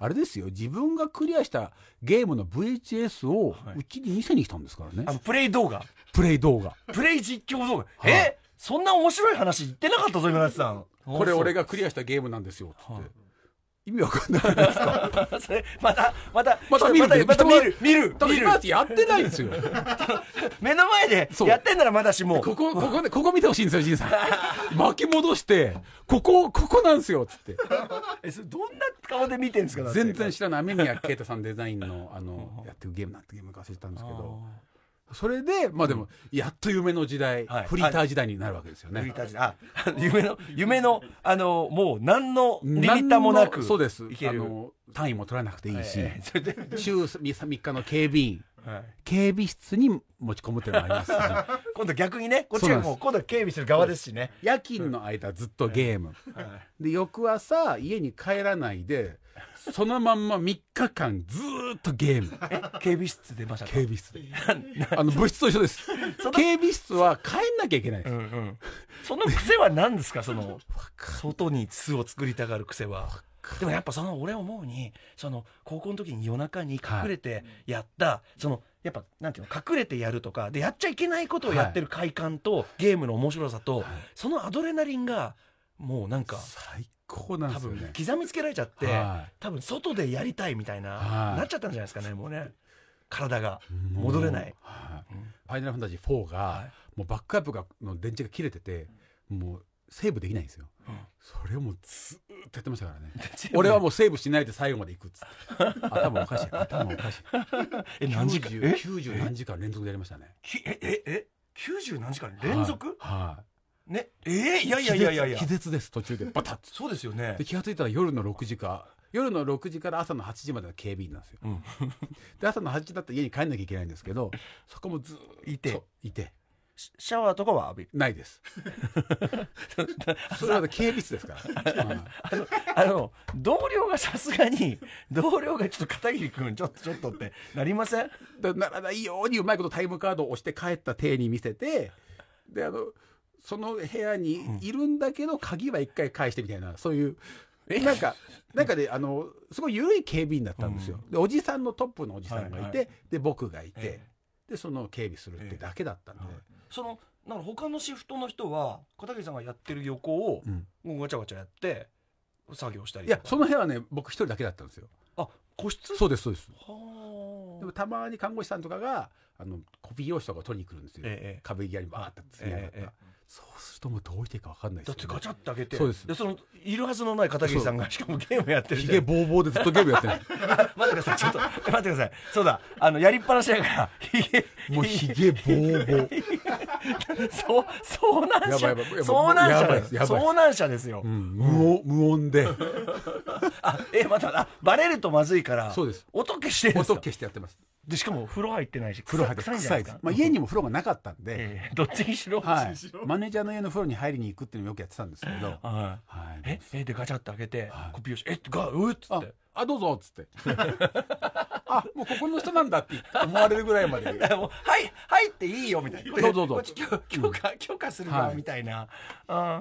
あれですよ自分がクリアしたゲームの VHS を
はいう
ちに見せに来たんですからね、
あのプレイ動画
プレイ動画
プレイ実況動画
はい
えそんな面白い話言ってなかったぞ今田さん
これ俺
が
がクリアしたゲームなんですよっつって、
はい
意味わかんないです
それまたまた
また見
ま
る
たまた見る見る
だから
見る
今たちやってないんですよ
目の前で
そう
やってんならまだしも
ここここでここ見てほしいんですよ陣さん 巻き戻してここここなんですよっつって
えそれどんな顔で見てんですかだって
全然知らない雨宮啓太さんデザインのあのやってるゲームなんてゲームか忘れたんですけどそれでまあでもやっと夢の時代、
はい
フリーター時代になるわけですよね、
フリーター時代あ夢の夢のあのもう何のリミッターもな
何
く
のそうです
いける
あの単位も取らなくていいし、
ええそれで、
週3日の警備員
はい
警備室に持ち込むっていうのもありますし
今度逆にねこっちがもう今度は警備する側ですしね
夜勤の間ずっとゲーム、で翌朝家に帰らないでそのまんま3日間ずーっとゲーム
え警備室出ましたか
警備室であの部室と一緒です警備室は帰んなきゃいけない
うんうんその癖は何ですかその外に巣を作りたがる癖はでもやっぱその俺思うにその高校の時に夜中に隠れてやった、そのやっぱなんていうの隠れてやるとかでやっちゃいけないことをやってる快感と、ゲームの面白さと、そのアドレナリンがもうなんか
最高なん
多
ですよ
分
ね
刻みつけられちゃって、
はい
多分外でやりたいみたいな、
はい
なっちゃったんじゃないですかねもうね体が戻れない
もうはいファイナルファンタジー4が、
はい
もうバックアップがの電池が切れててもうセーブできないんですよ、
うん
それをもうずーっとやってましたからね俺はもうセーブしないで最後まで行くっつって頭おかしい頭おかしい
え何時間
90
え
90何時間連続でやりましたね
きえええ90何時間連続、
は
ねえー、いや
い
いやいやいやいや
気絶です途中でバタッつっ
そうですよ ね
てで気がついたら夜の6時か夜の6時から朝の8時までの警備員なんですよ、
うん
で朝の8時だったら家に帰んなきゃいけないんですけどそこもずーっと
いて
いて
シシャワーとかは浴びる
ないです それは警備室で すから、はい
あの同僚がさすがに 同僚がちょっと片桐君ちょっとちょっとってなりません
だならないようにうまいことタイムカードを押して帰った体に見せてであのその部屋にいるんだけど鍵は一回返してみたいなそういうなんかなんかであのすごい緩い警備員だったんですよ、でおじさんのトップのおじさんがいて、
はいは
で僕がいて、
え
でその警備するってだけだったんで、
えそのなんか他のシフトの人は片桐さんがやってる横を
うん
もうガチャガチャやって作業したり
いやそ
の
の部屋はね僕一人だけだったんですよ
あ個室
そうですそうです
は
でも
あ
たまに看護師さんとかがあのコピー用紙とかを取りに来るんですよ、
ええ
壁際にバーって積み上がった、
ええええ
そうするともうどうしていいか分かんない
だ
で
っ
す
て
よ、
ガ
ね、
チャって開けて
そうです
そのいるはずのない片桐さんがしかもゲームやってる
ひ
じゃん
げぼうぼうでずっとゲームやって る。
あ待ってくださいちょっと待ってくださいそうだあのやりっぱなしだからひげ
もうひげぼうぼう。
そう遭難者
やばいやばいやばい
遭難
や
者
ばい
で
ですすやばい
遭難者ですよ、
うん無音無音 で
あえまたあバレるとまずいから
そうです
音消してるんです
音
か
消してやってます
でしかも風呂入ってないし
風呂入って
臭いんじゃ
臭
ないいで
で
すすか、
まあ家にも風呂がなかったんで
ええどっちにしろ、
はい
どっちにしろ
マネージャーの家の風呂に入りに行くっていうのをよくやってたんですけど
は
はい
いええでガチャって開けて、
はい
コピー用紙えがうっつっ
あ
て
あどうぞっつってあもうここの人なんだって思われるぐらいまで
いやもうはい入っていいよみたいな
どうぞどうぞ
こっち許許可許可するわ
はい
みたいな、あーあ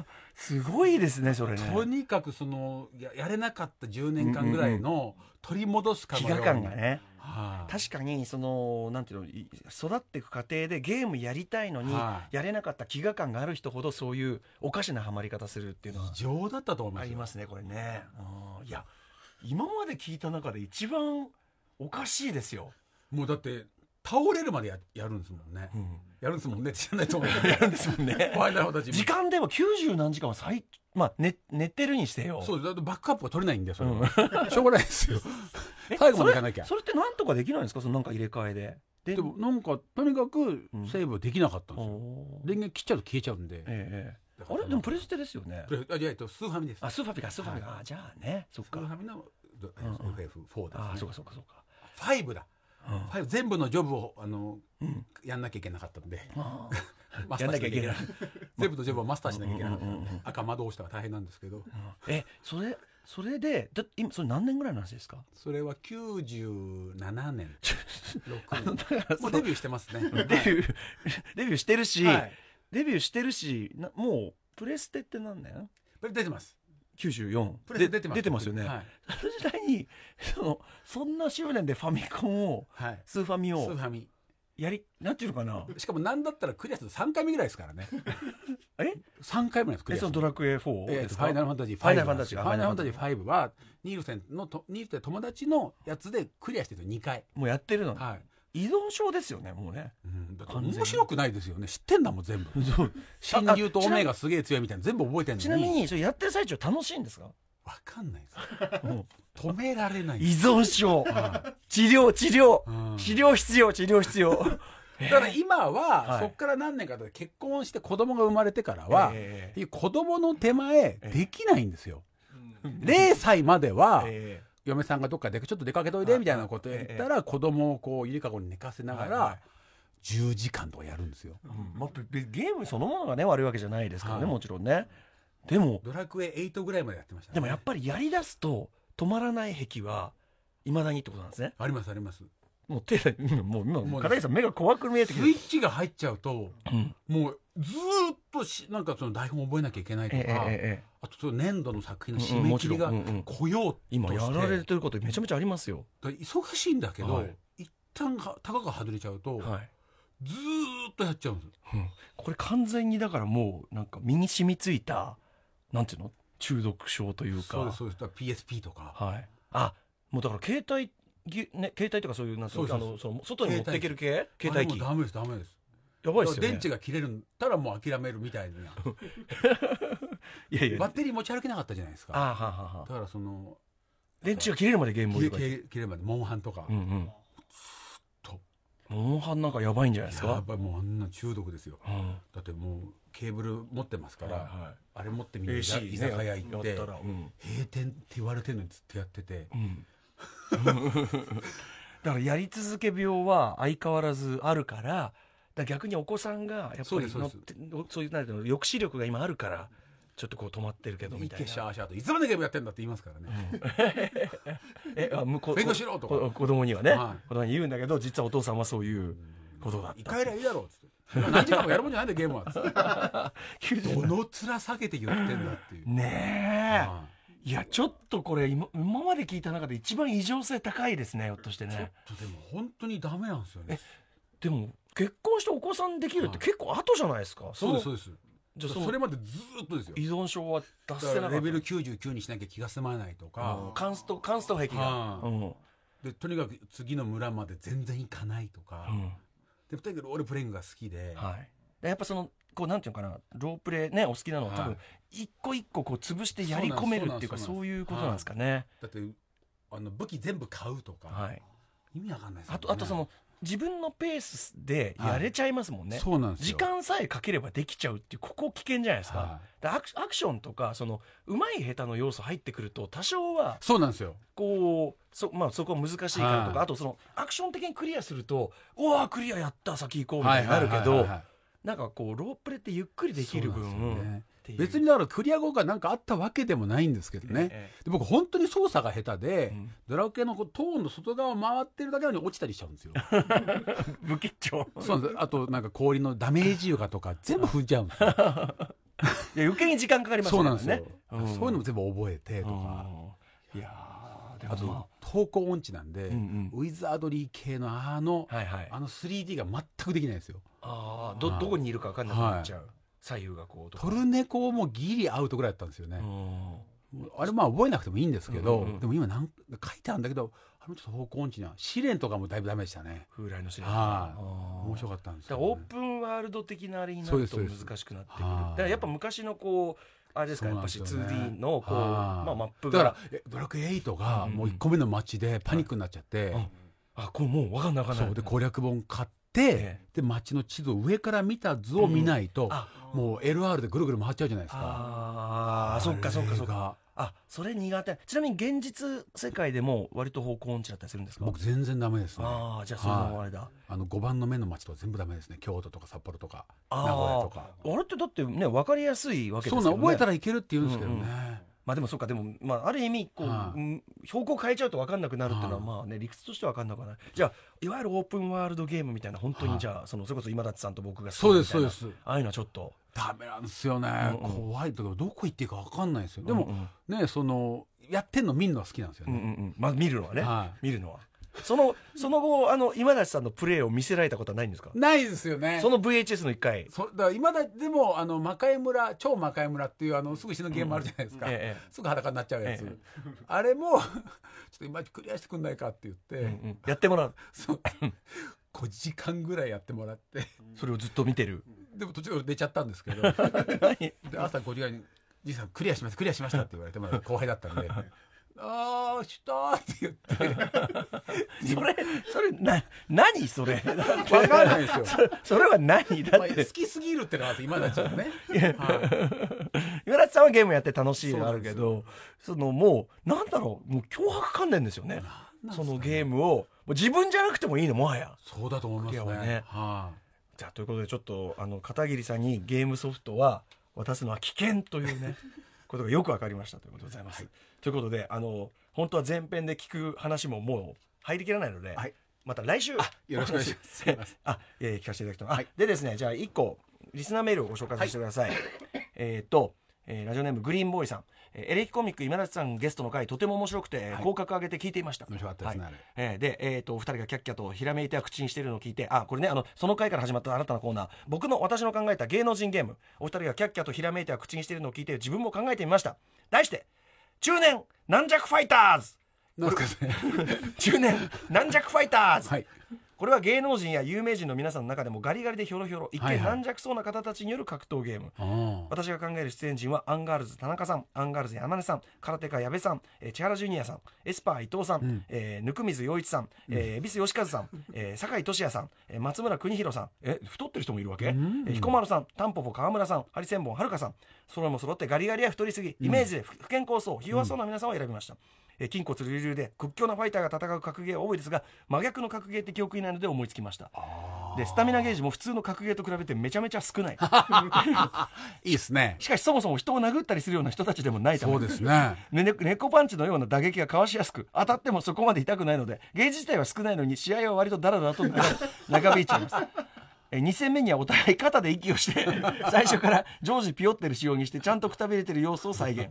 ーすごいですねそれね
とにかくそのややれなかった10年間ぐらいの取り戻すかの
飢
よう
餓
に
感がね
はい
確かにそのなんていうのい育っていく過程でゲームやりたいのに、
は
やれなかった飢餓感がある人ほどそういうおかしなハマり方するっていうのは
異常だったと思いま
あ
す
り
よ
ますねこれね、うんいや今まで聞いた中で一番おかしいですよ、
もうだって倒れるまでややるんですもんねやるんですもんねって知らないと思う
や るんですもんね
ファイナルファンタジー
時間でも90何時間は最、まあ、寝寝てるにしてよ
そうだってバックアップが取れないんでそれ
うん
は しょうがないですよ
え
最後までいかなきゃ
それそれってなんとかできないんですかそのなんか入れ替えでで
でもなんかとにかく
うん
セーブできなかったんですよ
おー
電源切っちゃうと消えちゃうんで
ええ
だか
あ
ら
れでもプレステですよね
プレあいやえっとスーファミです
あスーファミかスーファミか、
はい
あじゃあねそっ
スーフ
か
ァミのどえ
うんうん
FF4 ですね
あそうかそうかそうか
5だ
うん
5全部のジョブをあの
うん
やんなきゃいけなかったので
あ
マ
あ
ス
や
タ
んなきゃ
ーしないきゃい
け
け
な
ない
い
全部のジョブをマスターしなきゃいけなかった
うんうんうんうん
赤魔導したら大変なんですけど
えそれそれでだ今それ何年ぐらいの話ですか
それは97年
あのだ
6
から
も
そうの
デビューしてますね
デビューデビューしてるし、
はいはい
デビューしてるしなもうプレステって何年
これ出てます
94
プレステ出てます
で出てますよね、
はい
その時代にそのそんな執念でファミコンを
はい
スーファミ
スー
を
ファミ
やりなんていうのかな
しかもなんだったらクリアすると3回目ぐらいですからね
え
3回目なんですク
え
リアす
その
るの
ドラクエ4
え
で
ーと
す
フ
か、
ァイナルファンタジー5
ファイナルファンタジー
ファイナルファンタジー5はニールセンのとニールセン友達のやつでクリアしてると2回
もうやってるの、
はい
依存症ですよねもう ね
うんだって
完全に
面白くないですよね知ってんだもん全部真
あ
竜とオメガすげえ強いみたいな全部覚えてんのに
ちなみにそれやってる最中楽しいんですか
わかんないです
も
止められな
う
い
依存症
は
治療治療
うん
治療必要治療必要
だから今は
はい
そっから何年かで結婚して子供が生まれてからは
え
子供の手前
え
できないんですよ
ー
0歳までは
え
嫁さんがどっかでちょっと出かけといでみたいなこと言ったら子供をこうゆりかごに寝かせなが
はいは
ら
い
10時間とかやるんですよ
ーうんまあ、べべゲームそのものがね悪いわけじゃないですからね、
はい
もちろんねでも
ドラクエ8ぐらいまでやってましたね
でもやっぱりやりだすと止まらない癖はいまだにってことなんですね
ありますあります
もう手でうんもう
も
今
う
片桐さん目が怖く見えて
ス
き
イ
て、
ッチが入っちゃうと
うん
もうずーっとしなんかその台本覚えなきゃいけないと
え
か、
ええ
あとその年度の作
えええ
品の締め切りが
うんうんもちろんうんうん
来ようとして、
今やられてることめちゃめちゃありますよ
だから忙しいんだけど、
はい
一旦はたかが外れちゃうと、
はい
ずーっとやっちゃうんですよ
これ完全にだからもうなんか身に染みついたなんていうの中毒症というか
そうですそうですだから PSP とか、
はいあもうだから携帯ぎね携帯とかそういうなんていうの
そう
あ
そう
のその外に持っていける系携帯機
あ
や
れもうダメですダメです
ばいですよ
だから
ね
電池が切れるんだったらもう諦めるみたい
い
な
やい
バッ
や
テリー持ち歩けなかったじゃないです
あ
か
ははは
だからその
電池が切れるまでゲームを
切
やる
れ
から
切れまでモンハンとか、
うんうん
と
モンハンなんかやばいんじゃないです
やっ
か
ぱりもうあんな中毒ですよ
うん
だってもうケーブル持ってますから、
は
あれ持ってみ
い
んな居酒
AC ね
居酒屋行って
やったらうん
閉店って言われてるのにずっとやってて
うん だからやり続け病は相変わらずあるからだから逆にお子さんがやっぱ
そうで
り
す
乗ってそういうなんていうの抑止力が今あるからちょっとこう止まってるけどみ
一
たい
気シャ
な。
ーシャーといつまでゲームやってんだって言いますからね、
えあ向こう
勉強しろとか
こ子供にはね、
はい
子供に言うんだけど実はお父さんはそういうことだっ
一
た。
回らいいだろうっつってそんな何時間もやるもんじゃないんだゲームはっつ ってど
97
の面下げて言ってんだってい う、
ね
はい
えいやちょっとこれ今今まで聞いた中で一番異常性高いですねひょっとして
ちょ
ね
っ。とでも本当にダメなんですよね
でも結婚してお子さんできるって結構後じゃないですか。
そうです
そ
そう
の
です
じゃあそ
そ
の
れまでずーっとですよ
依存症は出
だ
せな
から
かった
レベル99にしなきゃ気が済まないとか、
カンストカンスト壁が、
は
うん
でとにかく次の村まで全然行かないとか、
うん
でとにかく俺プレイングが好きで、
はいでやっぱそのこうなんていうのかなロープレイねお好きなのは多
は
分
い
一個一個こう潰してやり込めるっていうか
そうなんです
そういうことなんですかね
だってあの武器全部買うとか、
はい
意味わかんないですよ
あとあとその自分のペースでやれちゃいますもんね、
そうなんで
時
すよ
間さえかければできちゃうっていうここ危険じゃないですか,、
は
アクシアクションとかそのうまい下手の要素入ってくると多少はい
そうなんですよ
こうそ,、まあ、そこは難しいからとか、
はい
あとそのアクション的にクリアすると「おわクリアやった先行こう」みたいになるけどなんかこうロープレってゆっくりできる分
そうなんですよね
っていう
別にだからクリア後がなんかあったわけでもないんですけどね、
え
で僕本当に操作が下手で、
えうん
ドラケのこうトーンの外側を回ってるだけなのに落ちたりしちゃうんですよ
不吉祥
そうなんですあとなんか氷のダメージ床とか全部踏んじゃうんですよ
いや余計に時間かかります
そうなんですよ、
だからねうん
そういうのも全部覚えてとか、
うんいやーで
あ
も、ま
と方向音痴なん
あ、
で、
うんうん
ウィザードリー系のあの、
はいはい
あの 3D が全くできないんですよ
ああど
はい
どこにいるか分かんなくなっちゃう、左右がこうとか
トルネコもギリアウトぐらいだったんですよね、
うん
あれまあ覚えなくてもいいんですけど、
うんうんうん
でも今なんか書いてあるんだけどあのちょっと方向音痴な試練とかもだいぶダメでしたね
風来の試練
はい
面
面白かったんです
だ
よ、
からオー
ね、
プンワールド的なあれにな
そう
る
です
と
そうです
難しくなってくるだ
はい
からやっぱ昔のこうあれですか
そ
やっ
うな
ぱ
んです
し
よね
2D のこう
はい
まあマップ
だから
が
えドラクエ8が
うんうん
もう1個目の街でパニックになっちゃって、
はいあこうもう分かんな分かんな
そ
いう
で攻略本買って、
え
で街の地図を上から見た図を見ないと、
あ
もう LR でぐるぐる回っちゃうじゃないですか。
あーそっかそっかそっか
か。
あそれ苦手ちなみに現実世界でも割と方向音痴だったりするんですか
僕全然ダメですね。
ああじゃあそれもあれだ、
あの5番の目の街とか全部ダメですね。京都とか札幌とか名
あー
古屋とか。
あれってだってね分かりやすいわけです
そ
よ
う
ね
なん覚えたらいけるって言うんですけどね。
うんうんまあでもそうかでも、まあ、ある意味こう、
はい
うん標高変えちゃうと分かんなくなるっていうのは、
はい
まあね理屈としては分かんなくはないじゃあいわゆるオープンワールドゲームみたいな本当
は
に
い
じゃあ、そのそれこそ今立さんと僕が好き
そうで
み
す
たいな
そうです
ああいうのはちょっと
ダメなんですよね。
うんうん
怖いとかどこ行っていいかわかんないですよ。でも、
うん
ねそのやってんの見るのは好きなんですよ
うんうん
ね。
うんまあ見るのはね、
は
見るのはそのその後あの今立さんのプレーを見せられたことはないんですか
ないですよね
そ。の VHS の一回
そだから今だでもあの魔界村超魔界村っていうあのすぐ死ぬゲームあるじゃないですか、
ええ
すぐ裸になっちゃうやつ、
え
あれもちょっと今クリアしてくんないかって言って、
ええうんうんやってもらう
そう5時間ぐらいやってもらって
それをずっと見て る
でも途中で俺寝ちゃったんです けどで
何
朝5時ぐらいに「じいさんクリアしましたクリアしました」って言われてまだ後輩だったんで「ああしたー」って言 って
それそれな何そ れ分
分かんないですよ
それそれは何だ
まあ
っ
好
て
きすぎるってのは今だちゃんね、は い
岩田さんはゲームやって楽しいのあるけどそのもうなんだろうもう脅迫観念ですよねそのゲームをもう自分じゃなくてもいいのもはや
そうだと思います
クリア
ね
はね
はい
じゃあということでちょっとあの片桐さんにゲームソフトは渡すのは危険という ねことがよく分かりましたということでございます、ということであの本当は前編で聞く話ももう入りきらないので、
はい
また来週
よろしくお願いしますすいません。
あ、えー、聞かせていただきたい、あ
はい
でですね、じゃあ一個リスナーメールをご紹介させてください。えーっと、えーラジオネームグリーンボーイさん、えーエレキコミック今立さんゲストの回とても面白くて、
はい
合格上げて聞いていました。
面白かったですね
はい
あれ
えーで、えーっとお二人がキャッキャとひらめいては口にしているのを聞いて、あ、これね、あのその回から始まった新たなコーナー、僕の私の考えた芸能人ゲーム、お二人がキャッキャとひらめいては口にしているのを聞いて自分も考えてみました。題して中年軟弱ファイターズ。
なんですかね。
中年軟弱ファイターズ。
はい。
これは芸能人や有名人の皆さんの中でもガリガリでヒョロヒョロ一
はい
見
はい
軟弱そうな方たちによる格闘ゲーム、
あ
私が考える出演陣はアンガールズ田中さんアンガールズ山根さん空手家矢部さん、えー千原ジュニアさんエスパー伊藤さん、えー温水洋一さん、えー、恵比寿義和さん、えー、酒井俊也さん、えー松村邦弘さんえ太ってる人もいるわけ、えー彦摩呂さんタンポポ川村さんハリセンボンはるかさんそれも揃ってガリガリや太りすぎイメージで不不健康そうひ弱そうな皆さんを選びました、えー筋骨隆々で屈強なファイターが戦う格ゲーは多いですが真逆の格ゲーって記憶にないので思いつきましたでスタミナゲージも普通の格ゲーと比べてめちゃめちゃ少ない
いいですね。
しかしそもそも人を殴ったりするような人たちでもないため
そうですね。
ねね猫パンチのような打撃がかわしやすく当たってもそこまで痛くないのでゲージ自体は少ないのに試合は割とダラダラと長引いちゃい ます。え2戦目にはお互い肩で息を して最初から常時ピヨってる仕様にしてちゃんとくたびれてる様子を再現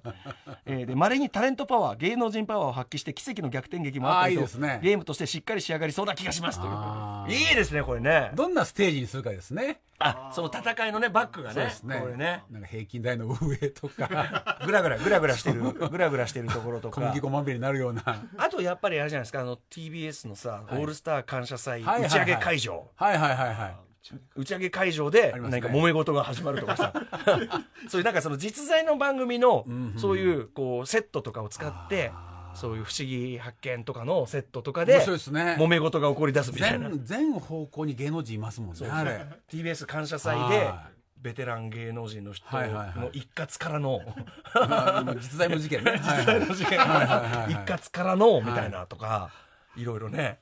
えーでまれにタレントパワー芸能人パワーを発揮して奇跡の逆転劇もあったりと
あーいいですね
ゲームとしてしっかり仕上がりそうな気がしますという
あー
いいですねこれね
どんなステージにするかですね。
あその戦いのねバックが
そう
ね
ですね。
これね
なんか平均台の上と か、
グラグラグラグラしてるグラグラしてるところと
小
か
麦粉まみれになるよう な。
あとやっぱりあれじゃないですかあの TBS のさ、オールスター感謝祭
はい
打
はいはい
ち上げ会場、
はいはいはいはい。
打ち上げ会場で
あります
何
ね
か揉め事が始まるとか さそういうなんかその実在の番組のそういうこうセットとかを使ってそういう不思議発見とかのセットとか
面
で
白いですね
揉め事が起こり出すみたいな
全全方向に芸能人いますもんねあれ
TBS 感謝祭で
は
ベテラン芸能人の人
はいはいはい
の一括からの
まあでも実在の事件ね
実際の事件
はいはいはいはい
一括からのみたいなとかいろいろ ね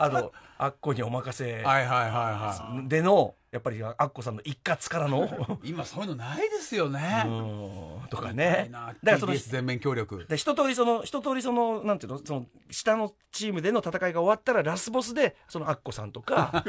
あとあっこにお任せ
はいはいはいは
でのやっぱりあっこさんの一括からの
い今そういうのないですよね、
うんとか
い
ね
い
だ
な
からその
TBS 全面協力
で一通りその一通りそのなんていうのその下のチームでの戦いが終わったらラスボスでそのアッコさんと か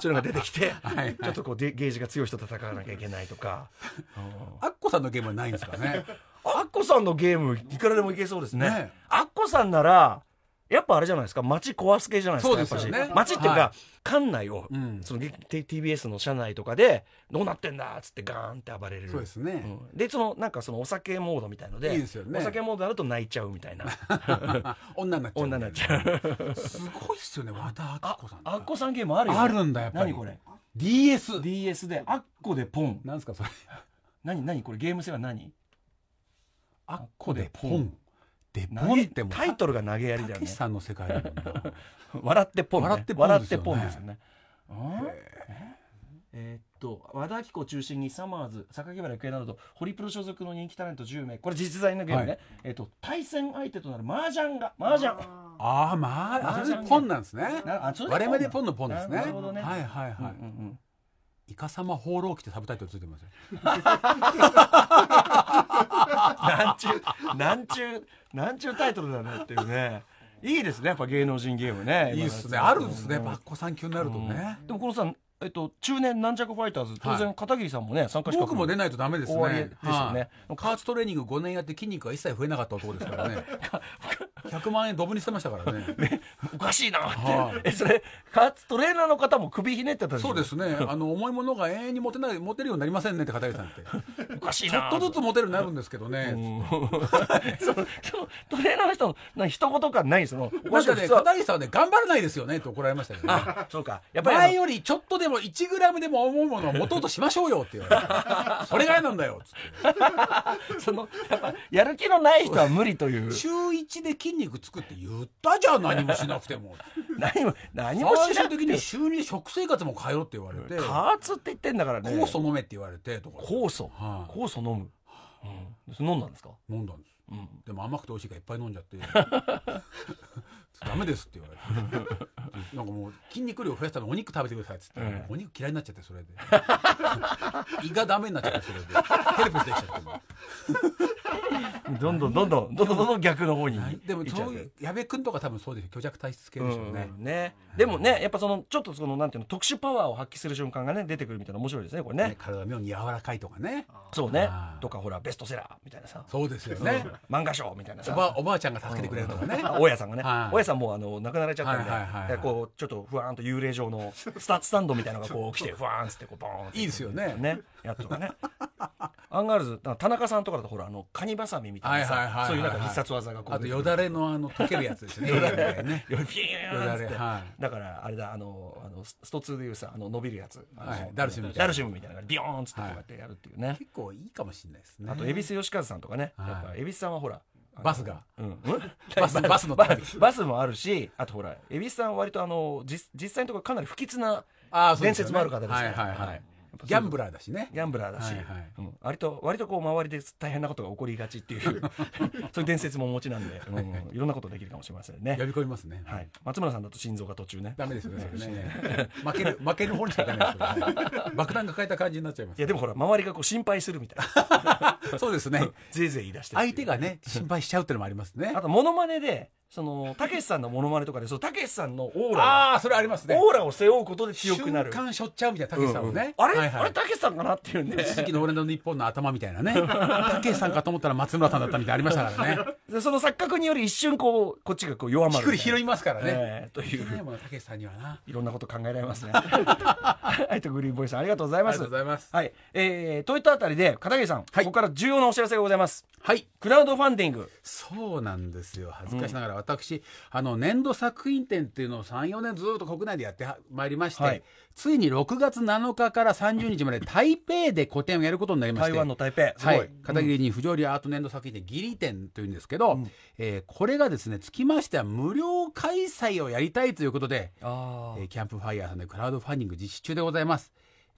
そういうのが出てきて
はい
ちょっとこうでゲージが強い人と戦わなきゃいけないと か、うん
アッコさんのゲームはないんですかね
アッコさんのゲームいくらでもいけそうですね
ね
アッコさんならやっぱあれじゃないですか街壊す系じゃないですか
そうですよね
やっぱし街っていうか、
は
館内を、
うん
その T- TBS の社内とかでどうなってんだっつってガーンって暴れる
そうですね、
うんでそのなんかそのお酒モードみたいので
いいですよね
お酒モードあると泣いちゃうみ たいな
女になっちゃう
女になっちゃう
すごいっすよね和田ア
あ
キ子さん
あっこさんゲームあるよね
あるんだやっぱり
何これ
DS
DS であっこでポン
なんですかそれ
何何これゲーム性は何
あ
っこでポン
で
投
ポン
げ
ってもう
タイトルが投げやりだ
た
よ
け
ね
しさんの世界だもんな
笑ってポン、ね、
笑ってポンですよね
笑ってポンですよねあーえーっと和田アキ子を中心にサマーズ榊原郁恵などとホリプロ所属の人気タレント10名これ実在のゲームね、
はい
えーっと対戦相手となる麻雀が麻雀
あーまああそれでポンなんですね
なあそれでポンだ
割れ目でポンのポンですね
なるほどね
はいはいはい、
うんうん うん
イカ様放浪記ってサブタイトルついてますよ
なんちゅう、なんちゅう、なんちゅうタイトルだねっていうね。いいですね、やっぱ芸能人ゲームね。
いいっすねあるんですね
うん
バッコさん級になるとね、
でもこのさ、えっと、中年軟弱ファイターズ、当然片桐さんもね、参加資格
僕も出ないとダメですね
終わりですよね
はい加圧トレーニング5年やって筋肉が一切増えなかった男ですからね100万円ドブにしてましたからね
おかしいなっ
は
て
い。
え、それ、かつトレーナーの方も首ひねってたでしょ
そうですねあの重いものが永遠に持てない持てるようになりませんねって片桐さん って
おかしい
ちょ
な
っとず
つ。
つモテるようになるんですけどね。
そのそのトレーナーの人のなんか一言かないそのお
な
か
ん
しい
かね、
普通は
片桐さんはね、頑張らないですよねって怒られましたけどね。
あそうかやっぱりあの
前よりちょっとでも1グラムでも重いものを持とうとしましょうよ って言われて。それが嫌なんだよっつっ
そのやっぱやる気のない人は無理と いう
て。週1で筋肉つくって言ったじゃん、何もしなくても。
何も何も
最
しな
終
く
的
て
に週2で食生活も変えろって言われて、
加圧って言ってんだからね
酵素飲めって言われてとか。
酵素、
はい
酵素飲む、うん、それ飲んだんですか、
飲んだんです。
うん、
でも甘くて美味しいからいっぱい飲んじゃって ダメですって言われてなんかもう筋肉量増やしたらお肉食べてくださいっつって、
ええ
お肉嫌いになっちゃってそれで 胃がダメになっちゃってそれでヘルプスできちゃって
どんどんどんどんどんどんどんどん逆の方に
でも
行っちゃ
そうう
ね
いう矢部君とか多分そうですよ虚弱体質系でしょうね、
うんねでもねやっぱそのちょっとそのなんていうの特殊パワーを発揮する瞬間がね出てくるみたいな面白いですねこれね
ね体が妙に柔らかいとかね
そうね
あー
とかほらベストセラーみたいなさ
そうですよね
漫画賞みたいな
お
さ
ばおばあちゃんが助けてくれるとかね、
あ大家さんがね、
はい
大家さんもうあの亡くなられちゃったんで、
はいはいはいはい
でこうちょっとふわーんと幽霊状のスタスタンドみたいなのがこう来てふわーんっつってこうボーンって
いいですよね
ねやつとかねアンガールズ田中さんとかだとほらあのカニバサミみたいな
はいはいはいは
さ
い
そういうなんか必殺技がこう
あとよだれのあの溶けるやつですねよだれみたい なね
よピーンっつっ
よだ
て
れはい
だからあれだあのあのススト2でいうさあの伸びるやつ、あの
はいダルシムみたいな
ダルシムみたいなのがビヨーンっつってこうやってやるっていうね、
結構いいかもしれないですね
あと恵比寿義和さんとかね、
はい
やっぱ恵比寿さんはほらあの
バスが
うん、
バスバスの
バ
旅
バスもあるしあとほら蛭子さんは割とあの実実際のところかなり不吉な
あーそう
伝
です
説
よね
もある方ですから
はいはいはい
やっぱ
ギャンブラーだしね
ギャンブラーだし、
はいはい
うん、割と割とこう周りで大変なことが起こりがちっていう そういう伝説もお持ちなんで、うん、いろんなことできるかもしれません
呼
ね、
び込みますね、
はい、松村さんだと心臓が途中ね
ダメですよねそれね負 ける負ける方にしかダメですよね爆弾抱えた感じになっちゃいま
いやでもほら周りがこう心配するみたいな
すそうですね
ぜいぜい言い出してるってい
相
う
手がね心配しちゃうっていうのもあります ね
あとモノマネでそのたけしさんのモノマネとかでそのたけしさんのオーラが
ああそれありますね
オーラを背負うことで強くなる
瞬間しょっちゃうみたいなたけしさんをね、
あれ、
はいはい
あれたけしさんかなっていうね
一時期の俺の日本の頭みたい なねたけしさんかと思ったら松村さんだったみたいなのあり ましたからね
でその錯覚により一瞬こうこっちがこう弱ま
ひっ
る
くり拾いますからね、
ええとい
いけないうものたけしさんにはなあ
いろんなこと考えられます ねはいとグリーンボーイさんありがとうござい
り
ま
が
す
とうございます
はいえー、といったあたりで片桐さん、ここから重要なお知らせがございます
はい
クラウドファンディング
そうなんですよ恥ずかしながら私あの年度作品展っていうのを34年ずっと国内でやってはまいりまして、
はい
ついに6月7日から30日まで台北で個展をやることになりまして
台湾の台北すご、
はいい、片桐に不条理アート年度作品展義理展というんですけど、
うん
えーこれがですねつきましては無料開催をやりたいということで、
あ
えーキャンプファイヤーさんでクラウドファンディング実施中でございます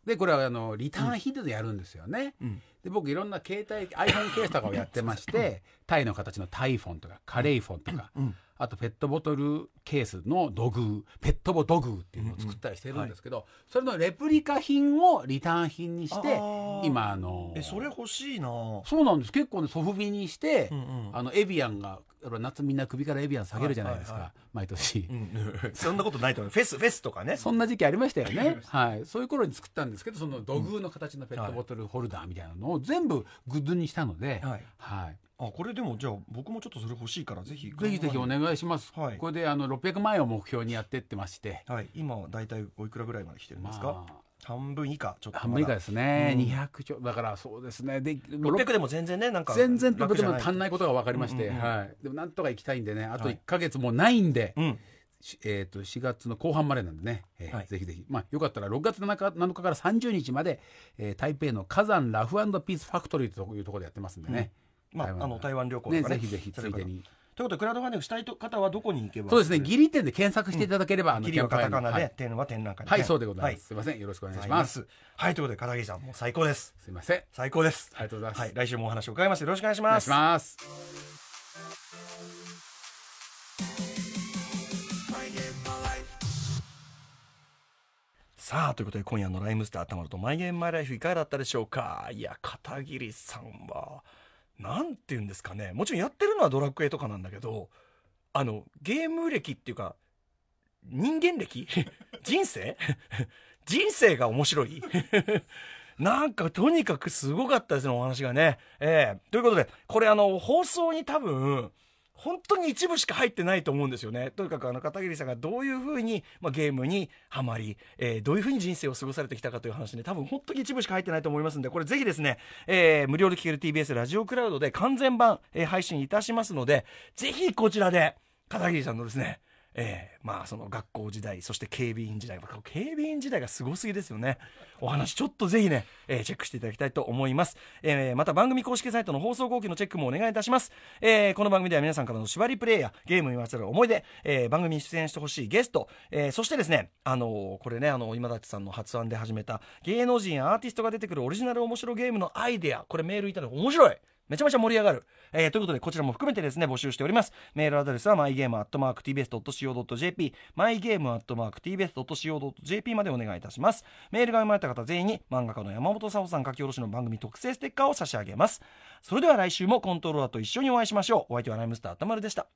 でこれはあのリターンヒットでやるんですよね、
うん
で僕いろんな携帯 iPhone ケースとかをやってま してタイの形のタイフォンとかカレイフォンとか、
うん
あとペットボトルケースの土偶ペットボ土偶っていうのを作ったりしてるんですけど、それのレプリカ品をリターン品にして
あー
今あの
えそれ欲しいな
そうなんです結構ねソフビにして、
うんうん
あのエビアンがやっぱ夏みんな首からエビアン下げるじゃないですか、
はいは
毎年、
うん そんなことないと思うフェスフェスとかね
そんな時期ありましたよね、はい、そういう頃に作ったんですけどその土偶の形のペットボトルホルダーみたいなのを全部グッズにしたので、
はい
はい、
あこれでもじゃあ僕もちょっとそれ欲しいからぜひ
ぜひぜひお願いします、
はい
これであの600万円を目標にやってってまして
はい今は大体おいくらぐらいまで来てるんですか、
ま
半分以下ちょっと
あ
まだ
半分以下ですね、
うん
200兆だからそうですねで
600でも全然ねなんか
全然と
楽
て
じゃ
も
ない
足んないことが分かりまして、
うんうんうん
はい、でもなんとか行きたいんでねあと
は
1
い
か月もうないんで、
うん
しえー、と4月の後半までなんでね、えー
はい
ぜひぜひ、まあ、よかったら6月7日 ,7 日から30日まで、えー台北の火山ラフピースファクトリーというところでやってますんでね,、
まあ
台湾
あの台湾旅行とかね
ねぜひぜひつ
され
い
る方
でに
ということでクラウドファンディングしたいと方はどこに行けば
そうですね義理店で検索していただければ、あの
ギリはカタカナ
キャンプファイヤーのは
で
い、
点は展覧会
はいそうでございます、
は
すいませんよろしくお願い
ござ
し
い
ま
ますすはいということで片桐さんもう最高です
すいませんあ
最高です
りがとうございます、
はい来週もお話を伺いますよろしくお願いし
お願
ま
いし
す
ます
さあということで今夜の「ライムスターたまるとマイゲームマイライフ」いかがだったでしょうかいや片桐さんはなんて言うんですかねもちろんやってるのはドラクエとかなんだけどあのゲーム歴っていうか人間歴 人生 人生が面白い なんかとにかくすごかったですねお話がね。ええということでこれあの放送に多分本当に一部しか入ってないと思うんですよね。とにかくあの片桐さんがどういうふうに、まあ、ゲームにはまり、えーどういうふうに人生を過ごされてきたかという話ね多分本当に一部しか入ってないと思いますんでこれぜひですね、えー無料で聴ける TBS ラジオクラウドで完全版、えー配信いたしますのでぜひこちらで片桐さんのですねえーまあその学校時代そして警備員時代警備員時代がすごすぎですよねお話ちょっとぜひね、えーチェックしていただきたいと思います、えーまた番組公式サイトの放送後期のチェックもお願いいたします、えーこの番組では皆さんからの縛りプレイやゲームにまつわる思い出、えー番組に出演してほしいゲスト、えーそしてですねあのーこれねあの今立さんの発案で始めた芸能人やアーティストが出てくるオリジナル面白ゲームのアイデアこれメールいただく面白いめちゃめちゃ盛り上がる。えーということで、こちらも含めてですね、募集しております。メールアドレスは、mygame.tbs.co.jp、mygame.tbs.co.jp までお願いいたします。メールが読まれた方全員に、漫画家の山本沙帆さん書き下ろしの番組特製ステッカーを差し上げます。それでは来週もコントローラーと一緒にお会いしましょう。お相手はライムスター、たまるでした。